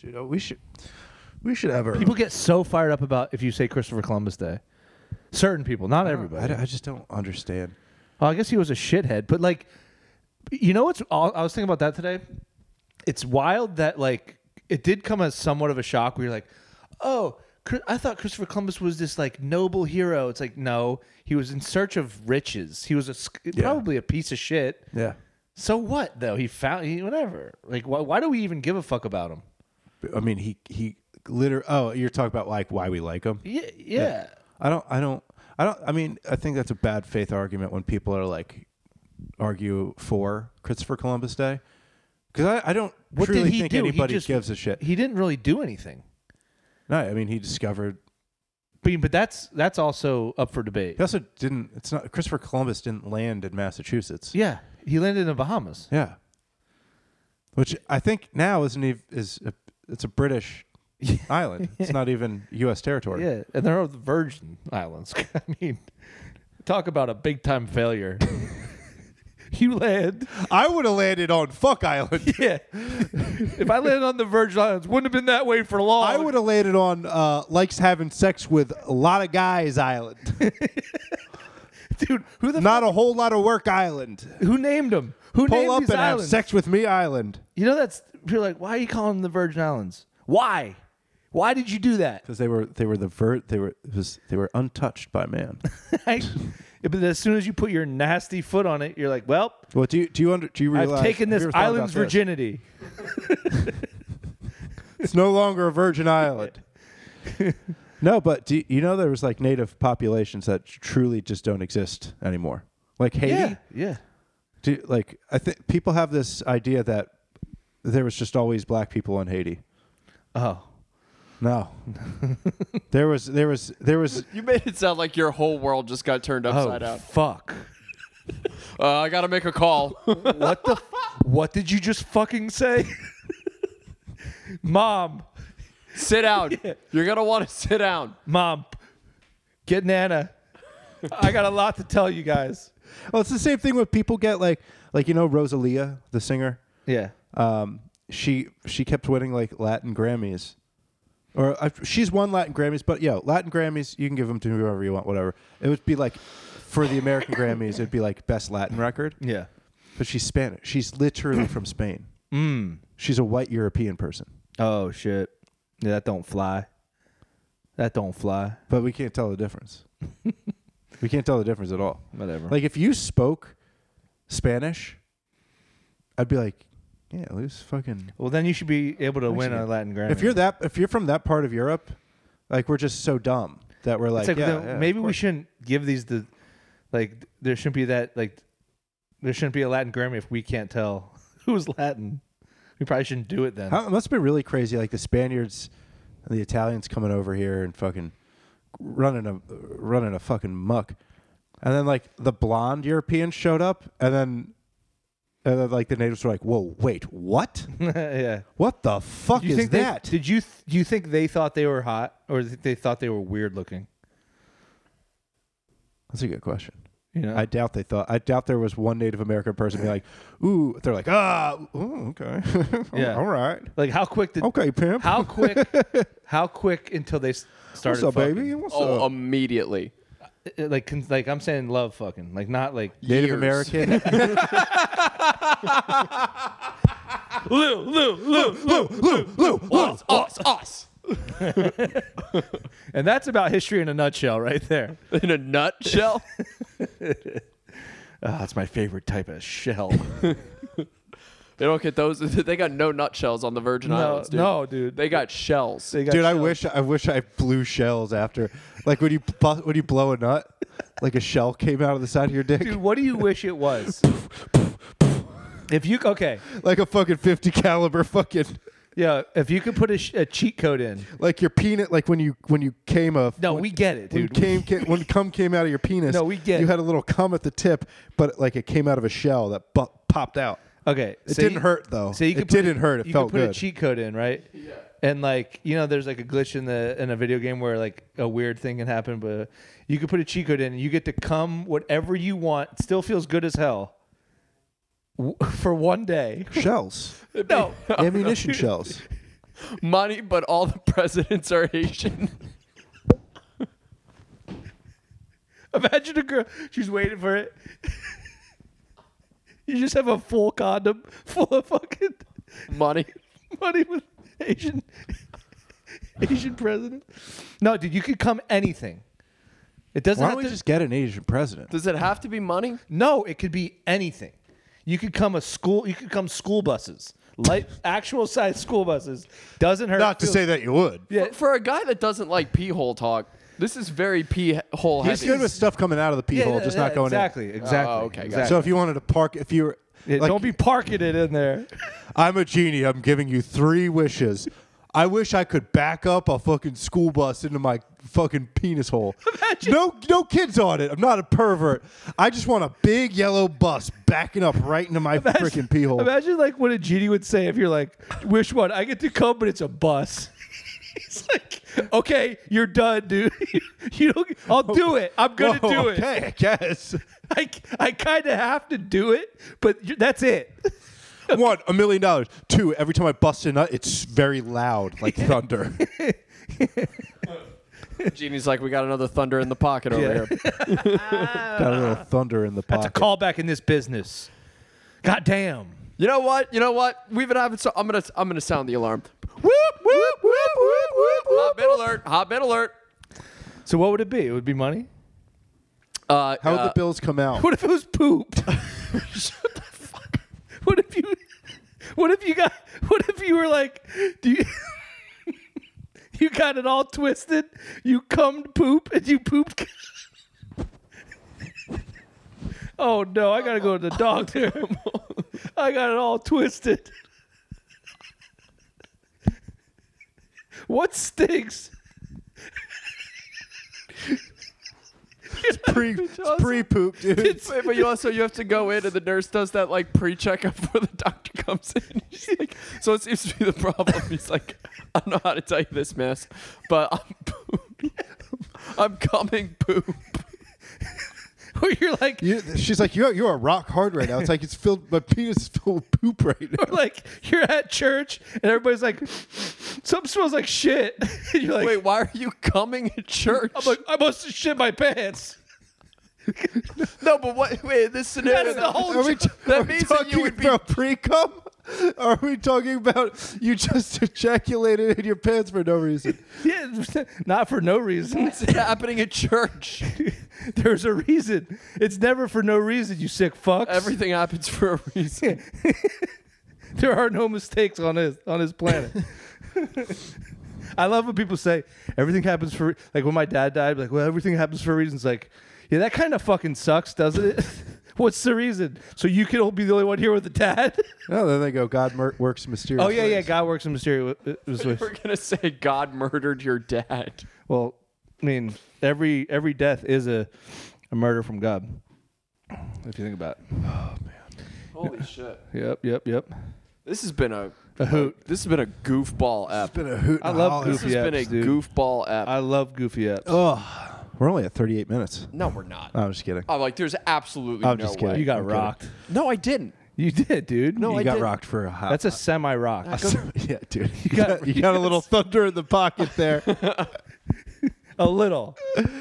S1: dude, oh, we should we should have our
S2: People get so fired up about if you say Christopher Columbus Day. Certain people, not
S1: I,
S2: everybody.
S1: don't- I just don't understand.
S2: Oh, I guess he was a shithead, but like, you know what's? all- I was thinking about that today. It's wild that like it did come as somewhat of a shock. Where you're like, oh, Chri- I thought Christopher Columbus was this like noble hero. It's like no, he was in search of riches. He was a, sc- probably a piece of shit.
S1: Yeah.
S2: So what though? He found he whatever. Like why, why do we even give a fuck about him?
S1: I mean, he he liter. Oh, you're talking about like why we like them.
S2: Yeah, yeah.
S1: I don't. I don't. I don't. I mean, I think that's a bad faith argument when people are like argue for Christopher Columbus Day because I, I don't
S2: What
S1: truly
S2: did he
S1: think
S2: do? He
S1: anybody
S2: just-
S1: gives a shit.
S2: He didn't really do anything.
S1: No, I mean he discovered.
S2: But, but that's that's also up for debate.
S1: He also didn't. It's not Christopher Columbus didn't land in Massachusetts.
S2: Yeah, he landed in the Bahamas.
S1: Yeah. Which I think now isn't even is a, it's a British island. It's not even U.S. territory.
S2: Yeah, and they're on the Virgin Islands. I mean, talk about a big time failure. you land.
S1: I would have landed on Fuck Island.
S2: Yeah. if I landed on the Virgin Islands, wouldn't have been that way for long.
S1: I would have landed on uh, likes having sex with a lot of guys Island.
S2: dude. Who the
S1: not a whole lot of work Island.
S2: f- who named them? Who named
S1: Pull up
S2: these
S1: and have
S2: islands?
S1: sex with me Island
S2: you know that's you're like, why are you calling them the Virgin Islands? Why? Why did you do that?
S1: because they were they were the vert they were it was they were untouched by man.
S2: Right? Yeah, but as soon as you put your nasty foot on it, you're like, well,
S1: well, do you do you under do you realize
S2: I've taken
S1: have
S2: this
S1: you ever thought about
S2: island's
S1: this?
S2: virginity.
S1: It's no longer a virgin island. no, but do you, you know there was like native populations that truly just don't exist anymore. Like Haiti,
S2: yeah.
S1: do, like I think people have this idea that there was just always black people in Haiti.
S2: Oh,
S1: No, there was there was there was
S3: You made it sound like your whole world just got turned upside
S2: oh,
S3: down.
S2: fuck!
S3: Uh, I gotta make a call.
S2: What the? f- what did you just fucking say, mom?
S3: sit down. You're gonna want to sit down.
S2: Mom, get Nana. I got a lot to tell you guys.
S1: well, Oh, it's the same thing with people get like like you know Rosalia the singer.
S2: Yeah.
S1: um, she she kept winning like Latin Grammys, or I, she's won Latin Grammys. But yo, Latin Grammys, you can give them to whoever you want, whatever. It would be like for the American Grammys, it'd be like best Latin record.
S2: Yeah.
S1: But she's Spanish. She's literally from Spain.
S2: Mm.
S1: She's a white European person.
S2: Oh shit. Yeah, that don't fly. That don't fly.
S1: But we can't tell the difference. we can't tell the difference at all.
S2: Whatever.
S1: Like if you spoke Spanish, I'd be like, yeah, Lou's fucking
S2: well, then you should be able to win a Latin Grammy.
S1: If you're that, if you're from that part of Europe, like we're just so dumb that we're like,
S2: it's like
S1: yeah,
S2: then
S1: yeah,
S2: maybe
S1: of
S2: we
S1: course.
S2: shouldn't give these the like. There shouldn't be that like. There shouldn't be a Latin Grammy if we can't tell who's Latin. We probably shouldn't do it then.
S1: How, it must be really crazy, like the Spaniards and the Italians coming over here and fucking running a running a fucking muck, and then like the blonde Europeans showed up, and then and then like the natives were like, whoa, wait, what?
S2: yeah.
S1: What the fuck
S2: Do you
S1: is
S2: think they-
S1: that?
S2: did you th- do you think they thought they were hot or th- they thought they were weird looking?
S1: That's a good question.
S2: You know.
S1: I doubt they thought. I doubt there was one Native American person be like, "Ooh," they're like, "Ah, ooh, okay,
S2: Yeah.
S1: all right,
S2: Like how quick did
S1: okay, pimp."
S2: how quick how quick until they s- started
S1: What's up,
S2: fucking?
S1: baby? What's
S3: Oh,
S2: um,
S1: up?
S3: immediately.
S2: Uh, Like con- like I'm saying love fucking like not like
S1: Native
S3: years.
S1: American.
S2: Lou Lou Lou Lou Lou Lou
S3: Us, us, us.
S2: and that's about history in a nutshell right there.
S3: In a nutshell.
S2: Ah, that's my favorite type of shell.
S3: They don't get those. They got no nutshells on the Virgin
S2: no,
S3: Islands, dude.
S2: no, dude.
S3: They got shells.
S2: They got
S1: Dude, I
S2: shell.
S1: wish I wish I blew shells after. Like when you bu- when you blow a nut, like a shell came out of the side of your dick,
S2: Dude, what do you wish it was? if you okay,
S1: like a fucking fifty caliber fucking
S2: yeah. If you could put a, sh- a cheat code in,
S1: like your penis. Like when you when you came a
S2: no,
S1: when,
S2: we get it,
S1: when
S2: dude.
S1: came, came when cum came out of your penis.
S2: No, we get
S1: you
S2: it.
S1: had a little cum at the tip, but like it came out of a shell that bu- popped out.
S2: Okay,
S1: It
S2: so
S1: didn't
S2: you-
S1: hurt though.
S2: So you could
S1: it
S2: put a-
S1: didn't hurt. It
S2: you
S1: felt
S2: could put
S1: good.
S2: a cheat code in, right? Yeah. And like you know, there's like a glitch in the in a video game where like a weird thing can happen, but you could put a cheat code in, and you get to come whatever you want. It still feels good as hell w- for one day.
S1: shells,
S2: No,
S1: ammunition shells.
S3: Money, but all the presidents are Asian.
S2: imagine a girl. She's waiting for it. you just have a full condom full of fucking
S3: Money.
S2: money with Asian Asian president. No, dude, you could come anything. It doesn't
S1: Why
S2: have
S1: don't we
S2: to
S1: just get an Asian president?
S3: Does it have to be money?
S2: No, it could be anything. You could come a school. You could come school buses. Light, actual size school buses doesn't hurt.
S4: Not to
S2: feel-
S4: say that you would.
S2: Yeah.
S3: For- For a guy that doesn't like pee hole talk, this is very pee hole
S1: He's
S3: heavy.
S1: good with stuff coming out of the pee
S2: Yeah,
S1: hole,
S2: yeah,
S1: just
S2: yeah,
S1: not going
S2: exactly, Exactly.
S3: Oh, okay,
S1: in.
S2: Exactly.
S1: So if you wanted to park, if you were,
S2: Yeah,
S1: like,
S2: don't be parking it in there.
S1: I'm a genie. I'm giving you three wishes. I wish I could back up a fucking school bus into my fucking penis hole. No, no kids on it. I'm not a pervert. I just want a big yellow bus backing up right into my freaking pee hole.
S2: Imagine like what a genie would say if you're like, "Wish one? I get to come, but it's a bus." It's like, "Okay, you're done, dude. you don't. I'll do it. I'm gonna
S1: Whoa,
S2: do it.
S1: Okay, I guess.
S2: I, I kind of have to do it, but you- that's it.
S1: One, a million dollars. Two, every time I bust a nut, it's very loud, like thunder.
S3: Genie's like, we got another thunder in the pocket over
S2: Yeah.
S3: here.
S1: Got a little thunder in the
S2: That's a
S1: pocket.
S2: callback in this business. God damn.
S3: You know what? You know what? We've been having so I'm gonna I'm gonna sound the alarm.
S2: Whoop whoop whoop whoop whoop.
S3: Hot bit alert! Hot bit alert!
S2: So what would it be? It would be money.
S3: Uh,
S1: How would
S3: uh,
S1: the bills come out?
S2: What if it was poop? What if you? What if you got? What if you were like, do you? you got it all twisted. You cummed poop and you pooped. oh no! I gotta go to the doctor. I got it all twisted. what stinks?
S1: Pre, pre poop, dude.
S2: It's-
S3: Wait, but you also you have to go in, and the nurse does that like pre-checkup before the doctor comes in. She's like, so it seems to be the problem. He's like, I don't know how to tell you this, miss, but I'm poop. I'm coming poop.
S2: Where you're like,
S1: You, she's like, you're, you're a rock hard right now. It's like it's filled, my penis is filled with poop right now.
S2: Or like you're at church and everybody's like, something smells like shit. And you're like,
S3: Wait, why are you coming at church?
S2: I'm like, I must have shit my pants.
S3: no, but what? Wait, in this scenario.
S2: That's the whole
S1: Are we,
S2: joke.
S1: are
S3: that
S1: we
S3: means that
S1: talking
S3: you would be
S1: about pre cum? Are we talking about you just ejaculated in your pants for no reason?
S2: Yeah, not for no reason.
S3: It's happening at church.
S2: There's a reason. It's never for no reason, you sick fucks.
S3: Everything happens for a reason.
S2: there are no mistakes on his on his planet. I love when people say everything happens for like when my dad died, like well everything happens for reasons. Like yeah, that kind of fucking sucks, doesn't it? What's the reason? So you can all be the only one here with a dad.
S1: No, then they go, God mer- works mysteriously.
S2: Oh yeah, yeah. God works in mysterious uh, ways.
S3: We're gonna say God murdered your dad.
S2: Well, I mean, every every death is a, a murder from God. If you think about it.
S3: Holy shit!
S2: Yep, yep, yep.
S3: This has been a
S2: A hoot.
S3: This has been a goofball
S1: It's
S3: app.
S1: been a hoot.
S2: I
S1: and a
S2: love
S1: holler.
S3: This has
S2: Goofy
S3: been a
S2: apps, dude.
S3: goofball app.
S2: I love goofy apps.
S3: Oh,
S1: Ugh. We're only at 38 minutes.
S3: no, we're not.
S1: No, I'm just kidding.
S3: I'm like, there's absolutely
S1: Uh, I'm
S3: no
S1: just
S3: way.
S1: kidding.
S2: you got
S1: I'm kidding.
S2: rocked.
S3: No, I didn't.
S2: You did, dude.
S3: No,
S1: you
S3: I
S1: got
S3: did-
S1: rocked for a hot.
S2: that's a semi rock.
S1: yeah, dude. You
S2: got-
S1: got, you got a little thunder in the pocket there.
S2: A little,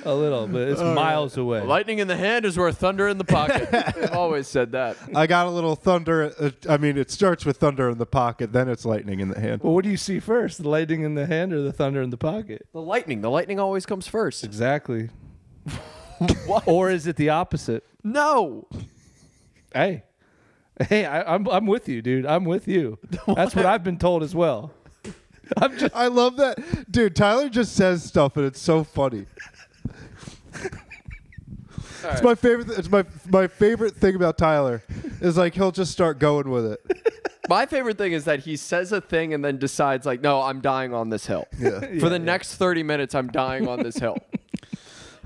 S2: a little, but it's miles away.
S3: Lightning in the hand is where thunder in the pocket. I've always said that.
S1: I got a little thunder. Uh, I mean, it starts with thunder in the pocket, then it's lightning in the hand.
S2: well, what do you see first, the lightning in the hand or the thunder in the pocket?
S3: The lightning. The lightning always comes first.
S2: Exactly.
S3: What?
S2: Or is it the opposite?
S3: No.
S2: Hey, hey, I, I'm I'm with you, dude. I'm with you. That's what I've been told as well. I'm just
S1: I love that, dude. Tyler just says stuff, and it's so funny. It's my favorite. It's my my favorite thing about Tyler is like he'll just start going with it.
S3: My favorite thing is that he says a thing and then decides, like, no, I'm dying on this hill.
S1: Yeah.
S3: For the next 30 minutes, I'm dying on this hill.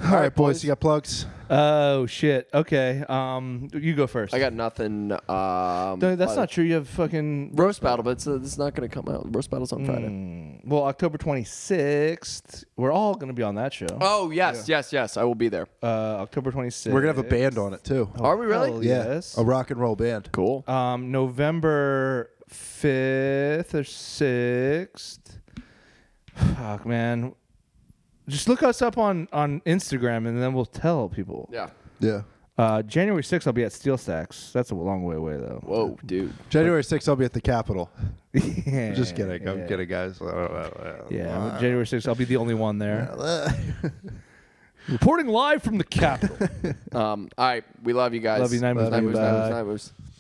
S1: All right, boys, you got plugs.
S2: Oh shit. Okay. Um, you go first.
S3: I got nothing. Um,
S2: No, that's
S3: other-
S2: not true. You have fucking.
S3: Roast battle, but it's, uh, it's not going to come out. Roast battle's on Friday.
S2: Mm. Well, October twenty sixth. We're all gonna be on that show.
S3: Oh, yes, yes, yes. I will be there.
S2: Uh, October twenty sixth.
S1: We're gonna have a band on it too.
S3: Are we really?
S2: hell
S1: yeah,
S2: yes.
S1: a rock and roll band.
S3: Oh, Cool.
S2: Um, November fifth or sixth. Fuck, man. Just look us up on on Instagram, and then we'll tell people.
S3: Yeah.
S1: Yeah,
S2: Uh, January sixth, I'll be at Steel Stacks. That's a long way away, though.
S3: Whoa, dude.
S1: January 6th, I'll be at the Capitol.
S2: yeah.
S1: Just kidding. I'm
S2: yeah.
S1: kidding, guys.
S2: Yeah, January 6th, I'll be the only one there. Reporting live from the Capitol.
S3: Um, all right. We love you guys.
S2: Love you, Nine Moves,
S3: Nine
S2: Nine
S3: moves,
S2: Moves,
S3: nine
S2: Bye.
S3: moves, nine moves.